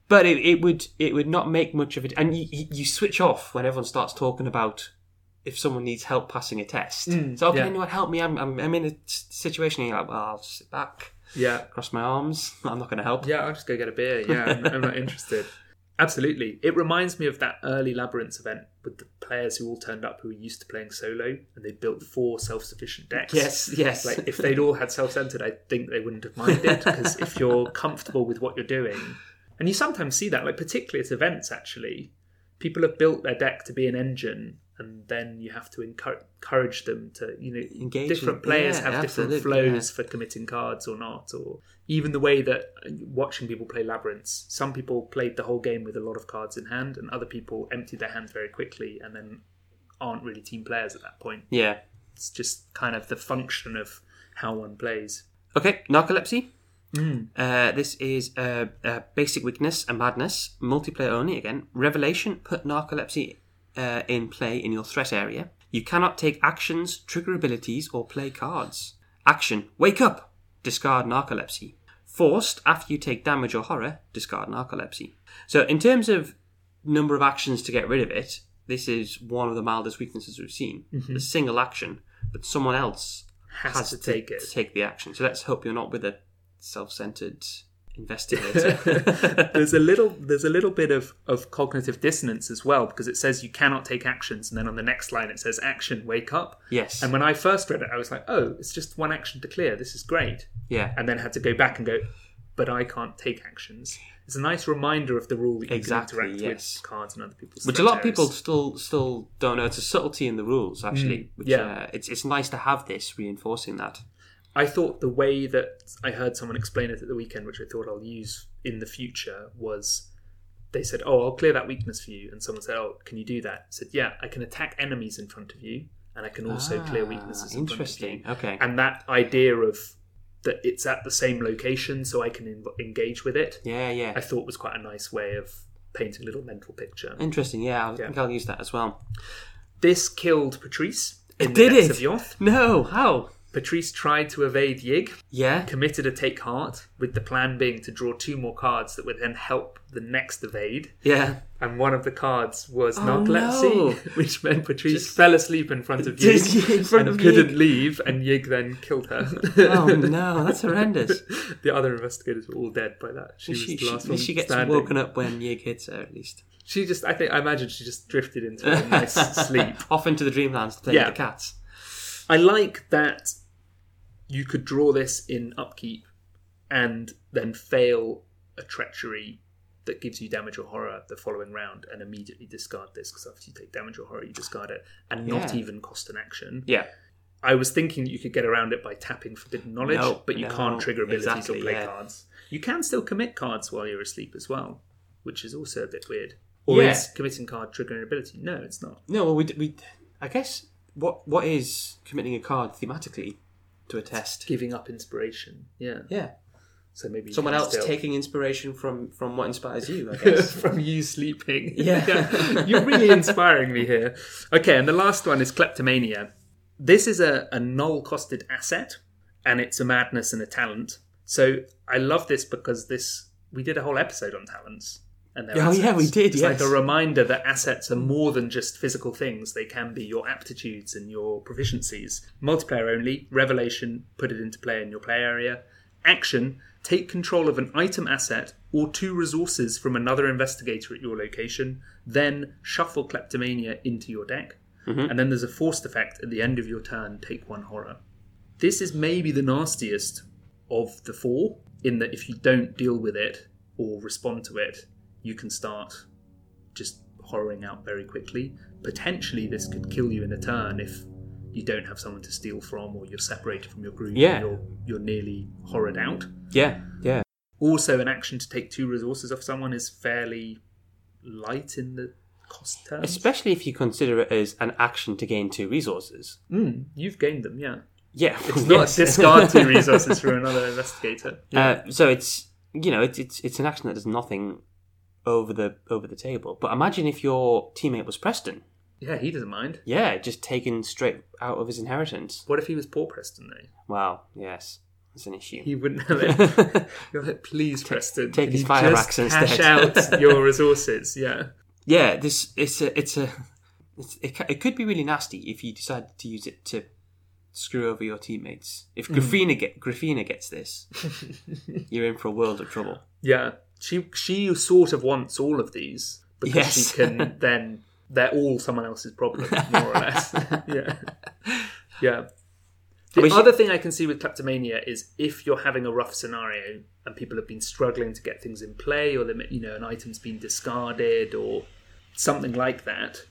B: but it, it would it would not make much of it, and you, you you switch off when everyone starts talking about if someone needs help passing a test.
A: Mm,
B: so okay,
A: yeah.
B: anyone help me? I'm, I'm I'm in a s- situation. And you're like, well, I'll just sit back,
A: Yeah.
B: cross my arms. I'm not going to help.
A: Yeah, I'll just go get a beer. Yeah, I'm, I'm not interested. Absolutely. It reminds me of that early Labyrinth event with the players who all turned up who were used to playing solo and they built four self sufficient decks.
B: Yes, yes.
A: Like, if they'd all had self centered, I think they wouldn't have minded because if you're comfortable with what you're doing, and you sometimes see that, like, particularly at events, actually, people have built their deck to be an engine and then you have to encour- encourage them to you know
B: Engage
A: different
B: with-
A: players
B: yeah,
A: have different
B: absolutely,
A: flows for committing cards or not or even the way that uh, watching people play labyrinths some people played the whole game with a lot of cards in hand and other people emptied their hands very quickly and then aren't really team players at that point
B: yeah.
A: it's just kind of the function of how one plays
B: Okay, narcolepsy. Uh, this is a, a basic weakness, a madness, multiplayer only again. Revelation put narcolepsy uh, in play in your threat area. You cannot take actions, trigger abilities, or play cards. Action: Wake up. Discard narcolepsy. Forced after you take damage or horror. Discard narcolepsy. So, in terms of number of actions to get rid of it, this is one of the mildest weaknesses we've seen. A single action, but someone else
A: has, to, take it
B: to take the action. So let's hope you're not with a self-centered investigator.
A: there's a little there's a little bit of, of cognitive dissonance as well because it says you cannot take actions and then on the next line it says action wake up
B: yes.
A: and when i first read it i was like oh it's just one action to clear this is great
B: yeah.
A: and then had to go back and go but i can't take actions it's a nice reminder of the rule that you
B: Exactly,
A: can interact
B: yes.
A: with cards and other people's
B: Which a
A: threat
B: lot of people
A: areas.
B: still still don't know. It's a subtlety in the rules, actually. which,
A: Mm, yeah.
B: Uh, it's it's nice to have this reinforcing that.
A: I thought the way that I heard someone explain it at the weekend, which I thought I'll use in the future, was they said, "Oh, I'll clear that weakness for you," and someone said, "Oh, can you do that?" I said, "Yeah, I can attack enemies in front of you, and I can also clear
B: Ah,
A: weaknesses." In
B: Interesting.
A: Front of
B: Okay.
A: you. And that idea of that it's at the same location, so I can en- engage with it,
B: yeah. Yeah.
A: I thought was quite a nice way of painting a little mental picture.
B: Interesting. Yeah. I think I'll use that as well.
A: This killed Patrice. In the
B: It did
A: depths
B: it!
A: Of Yoth.
B: No. How?
A: Patrice tried to evade Yig,
B: Yeah.
A: committed a take heart, with the plan being to draw two more cards that would then help the next evade.
B: Yeah.
A: And one of the cards was
B: Oh, no.
A: narcolepsy, which meant Patrice fell asleep in front of
B: Did
A: Yig
B: you in front
A: and
B: of
A: couldn't
B: Yig?
A: leave, and Yig then killed her.
B: Oh no, that's horrendous.
A: the other investigators were all dead by that. She,
B: she,
A: was the last
B: she,
A: one
B: she gets
A: standing.
B: woken up when Yig hits her, at least.
A: She just, I think, I imagine she just drifted into a nice sleep.
B: Off into the dreamlands to play
A: Yeah.
B: with the cats.
A: I like that you could draw this in upkeep and then fail a treachery that gives you damage or horror the following round and immediately discard this because after you take damage or horror you discard it and not
B: Yeah.
A: even cost an action.
B: Yeah.
A: I was thinking you could get around it by tapping forbidden knowledge,
B: No,
A: but you
B: no,
A: can't trigger abilities
B: exactly,
A: or play
B: yeah.
A: cards. You can still commit cards while you're asleep as well, which is also a bit weird. Or
B: Yeah.
A: is committing card triggering ability? No, it's not.
B: No, well, we, d- we I guess what what is committing a card thematically to a test?
A: Giving up inspiration. Yeah.
B: Yeah,
A: So maybe you
B: someone
A: can
B: else
A: still...
B: taking inspiration from from what inspires you. I guess.
A: from you sleeping.
B: Yeah.
A: You're really inspiring me here. Okay, and the last one is kleptomania. This is a, a null costed asset, and it's a madness and a talent. So I love this because this we did a whole episode on talents. And their
B: Oh, yeah,
A: assets.
B: we did,
A: It's like
B: yes.
A: a reminder that assets are more than just physical things. They can be your aptitudes and your proficiencies. Multiplayer only, revelation, put it into play in your play area. Action, take control of an item asset or two resources from another investigator at your location, then shuffle kleptomania into your deck.
B: Mm-hmm.
A: And then there's a forced effect at the end of your turn, take one horror. This is maybe the nastiest of the four, in that if you don't deal with it or respond to it, you can start just horroring out very quickly. Potentially, this could kill you in a turn if you don't have someone to steal from or you're separated from your group and
B: Yeah.
A: you're, you're nearly horrored out.
B: yeah, yeah,
A: Also, an action to take two resources off someone is fairly light in the cost
B: Um,
A: terms.
B: especially if you consider it as an action to gain two resources.
A: Mm, you've gained them, yeah.
B: Yeah,
A: It's not
B: yes.
A: discard two resources for another investigator.
B: Uh, so it's you know it's it's it's an action that does nothing over the over the table. But imagine if your teammate was Preston.
A: Yeah, he doesn't mind.
B: Yeah, just taken straight out of his inheritance.
A: What if he was poor Preston though?
B: Wow. Yes, that's an issue.
A: He wouldn't have it. You're like, please, Preston,
B: take
A: can
B: his
A: you
B: fire
A: just
B: axe instead?"
A: cash out your resources. Yeah,
B: yeah, this it's a it's a it's, it, ca- it could be really nasty if you decide to use it to screw over your
A: Hmm.
B: teammates. If Grafina get Grafina gets this, you're in for a world of trouble.
A: yeah. She she sort of wants all of these because
B: Yes.
A: she can then they're all someone else's problem, more or less. yeah. Yeah. The
B: mean, she-
A: other thing I can see with kleptomania is if you're having a rough scenario and people have been struggling to get things in play, or they, ma- you know an item's been discarded, or something like that,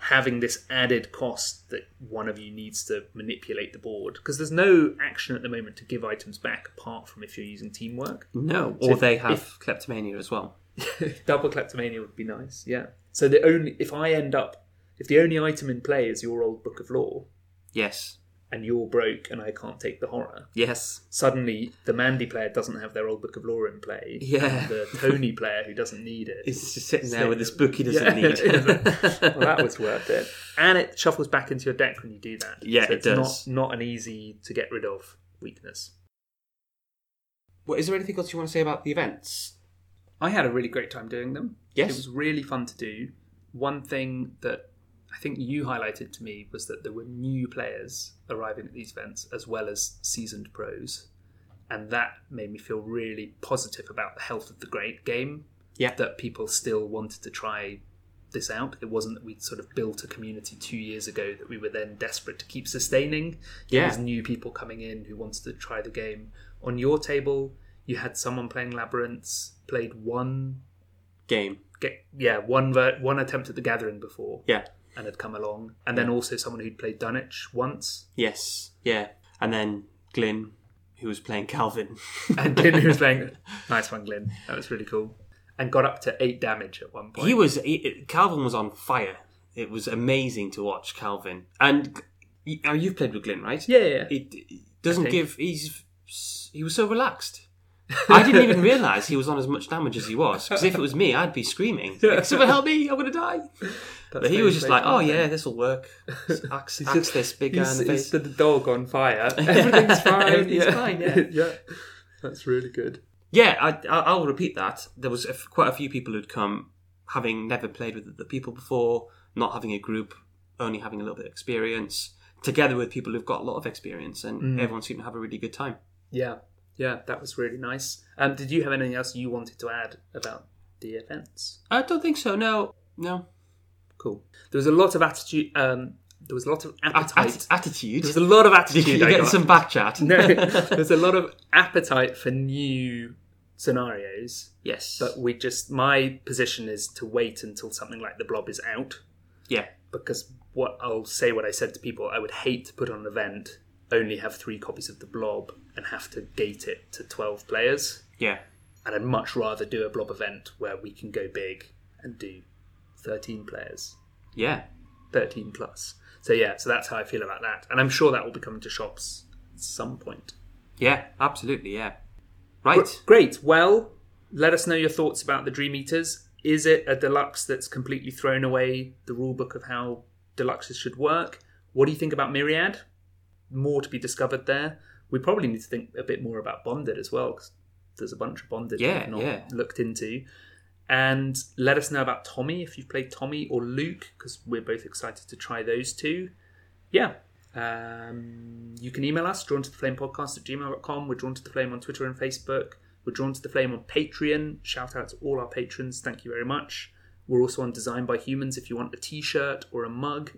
A: having this added cost that one of you needs to manipulate the board because there's no action at the moment to give items back apart from if you're using teamwork.
B: No, or
A: if-
B: they have kleptomania as well.
A: Double kleptomania would be nice, yeah. So the only if I end up if the only item in play is your old book of law
B: Yes,
A: and you're broke and I can't take the horror,
B: yes,
A: suddenly the Mandy player doesn't have their old book of law in play.
B: Yeah.
A: and the Tony player who doesn't need it.
B: it's just sitting there with this book he
A: Yeah.
B: doesn't need.
A: well, that was worth it. And it shuffles back into your deck when you do that.
B: Yeah,
A: so
B: it
A: it's
B: does.
A: Not, not an easy to get rid of weakness.
B: Well, is there anything else you want to say about the events?
A: I had a really great time doing them.
B: Yes.
A: It was really fun to do. One thing that I think you highlighted to me was that there were new players arriving at these events as well as seasoned pros. And that made me feel really positive about the health of the great game.
B: Yeah.
A: That people still wanted to try this out. It wasn't that we'd sort of built a community two years ago that we were then desperate to keep sustaining.
B: Yeah.
A: There was new people coming in who wanted to try the game. On your table, you had someone playing Labyrinths, played one
B: Game.
A: get yeah one ver- one attempt at the Gathering before,
B: Yeah.
A: and had come along, and then also someone who'd played Dunwich once,
B: Yes. Yeah. And then Glyn, who was playing Calvin.
A: and Glyn who was playing nice one, Glyn. That was really cool, and got up to eight damage at one point.
B: He was he, Calvin was on fire. It was amazing to watch Calvin. And you, now you've played with Glyn, right?
A: yeah, yeah, yeah.
B: It, it doesn't
A: Okay.
B: give. He's he was so relaxed. I didn't even realise he was on as much damage as he was. Because if it was me, I'd be screaming. Like, Someone help me! I'm gonna die. But he was just like, "Oh yeah, this will work. Axe, axe this big guy in the face."
A: the dog on fire. Everything's fine.
B: Everything's fine, yeah.
A: yeah. That's really good.
B: Yeah, I, I, I'll repeat that. There was a f quite a few people who'd come, having never played with the people before, not having a group, only having a little bit of experience, together with people who've got a lot of experience, and
A: Mm.
B: everyone seemed to have a really good time.
A: Yeah, yeah, that was really nice. Um, did you have anything else you wanted to add about the events?
B: I don't think so. No, no.
A: Cool. There was a lot of attitude. Um, there was a lot of
B: At-
A: appetite.
B: at- attitude.
A: there was a lot of
B: Did
A: attitude.
B: you
A: I
B: get
A: got.
B: some back chat?
A: no, there's a lot of appetite for new scenarios,
B: Yes.
A: but we just my position is to wait until something like the blob is out
B: yeah.
A: because what I'll say what I said to people, I would hate to put on an event only have three copies of the blob and have to gate it to twelve players.
B: Yeah.
A: and I'd much rather do a blob event where we can go big and do 13 players,
B: Yeah.
A: 13 plus. So yeah, so that's how I feel about that, and I'm sure that will be coming to shops at some point.
B: Yeah. Absolutely. Yeah. Right.
A: Great. Well, let us know your thoughts about the Dream Eaters. Is it a deluxe that's completely thrown away the rule book of how deluxes should work? What do you think about Myriad? More to be discovered there. We probably need to think a bit more about Bonded as well, 'cause there's a bunch of Bonded
B: Yeah,
A: we've not
B: yeah.
A: looked into. And let us know about Tommy if you've played Tommy or Luke, because we're both excited to try those two. Yeah. Um, you can email us, drawn to the flame podcast at gmail.com. We're drawn to the flame on Twitter and Facebook. We're drawn to the flame on Patreon. Shout out to all our patrons. Thank you very much. We're also on Design by Humans if you want a t shirt or a mug.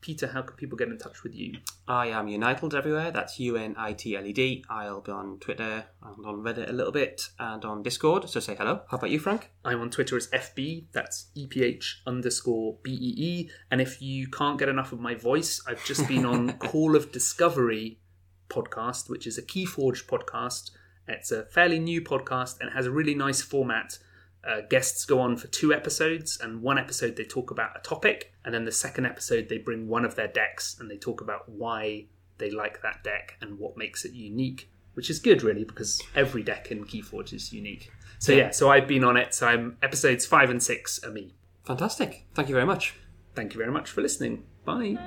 A: Peter, how can people get in touch with you?
B: I am Unitled everywhere. That's U N I T L E D. I'll be on Twitter and on Reddit a little bit and on Discord. So say hello. How about you, Frank?
A: I'm on Twitter as FB, that's EPH underscore BEE. And if you can't get enough of my voice, I've just been on Call of Discovery podcast, which is a Keyforge podcast. It's a fairly new podcast and it has a really nice format. Uh, guests go on for two episodes, and one episode they talk about a topic, and then the second episode they bring one of their decks and they talk about why they like that deck and what makes it unique, which is good, really, because every deck in Keyforge is unique. So, yeah, so I've been on it. So, I'm episodes five and six are me.
B: Fantastic. Thank you very much.
A: Thank you very much for listening. Bye.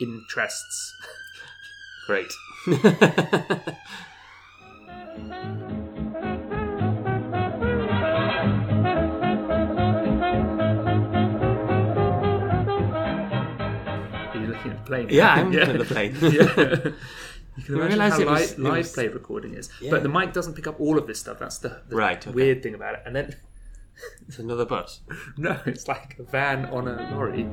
A: Interests.
B: Great.
A: looking at the plane.
B: Yeah, I'm looking at the plane.
A: yeah. You can
B: I
A: imagine
B: realised
A: how
B: it
A: li-
B: was- it
A: live
B: was-
A: play recording is.
B: Yeah.
A: But the mic doesn't pick up all of this stuff. That's the, the
B: Right, okay.
A: weird thing about it. And then,
B: It's another bus.
A: no, it's like a van on a lorry.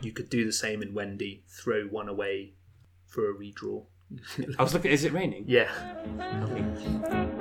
A: you could do the same in Wendy, throw one away for a redraw.
B: I was looking. Is it raining?
A: Yeah.
B: Okay.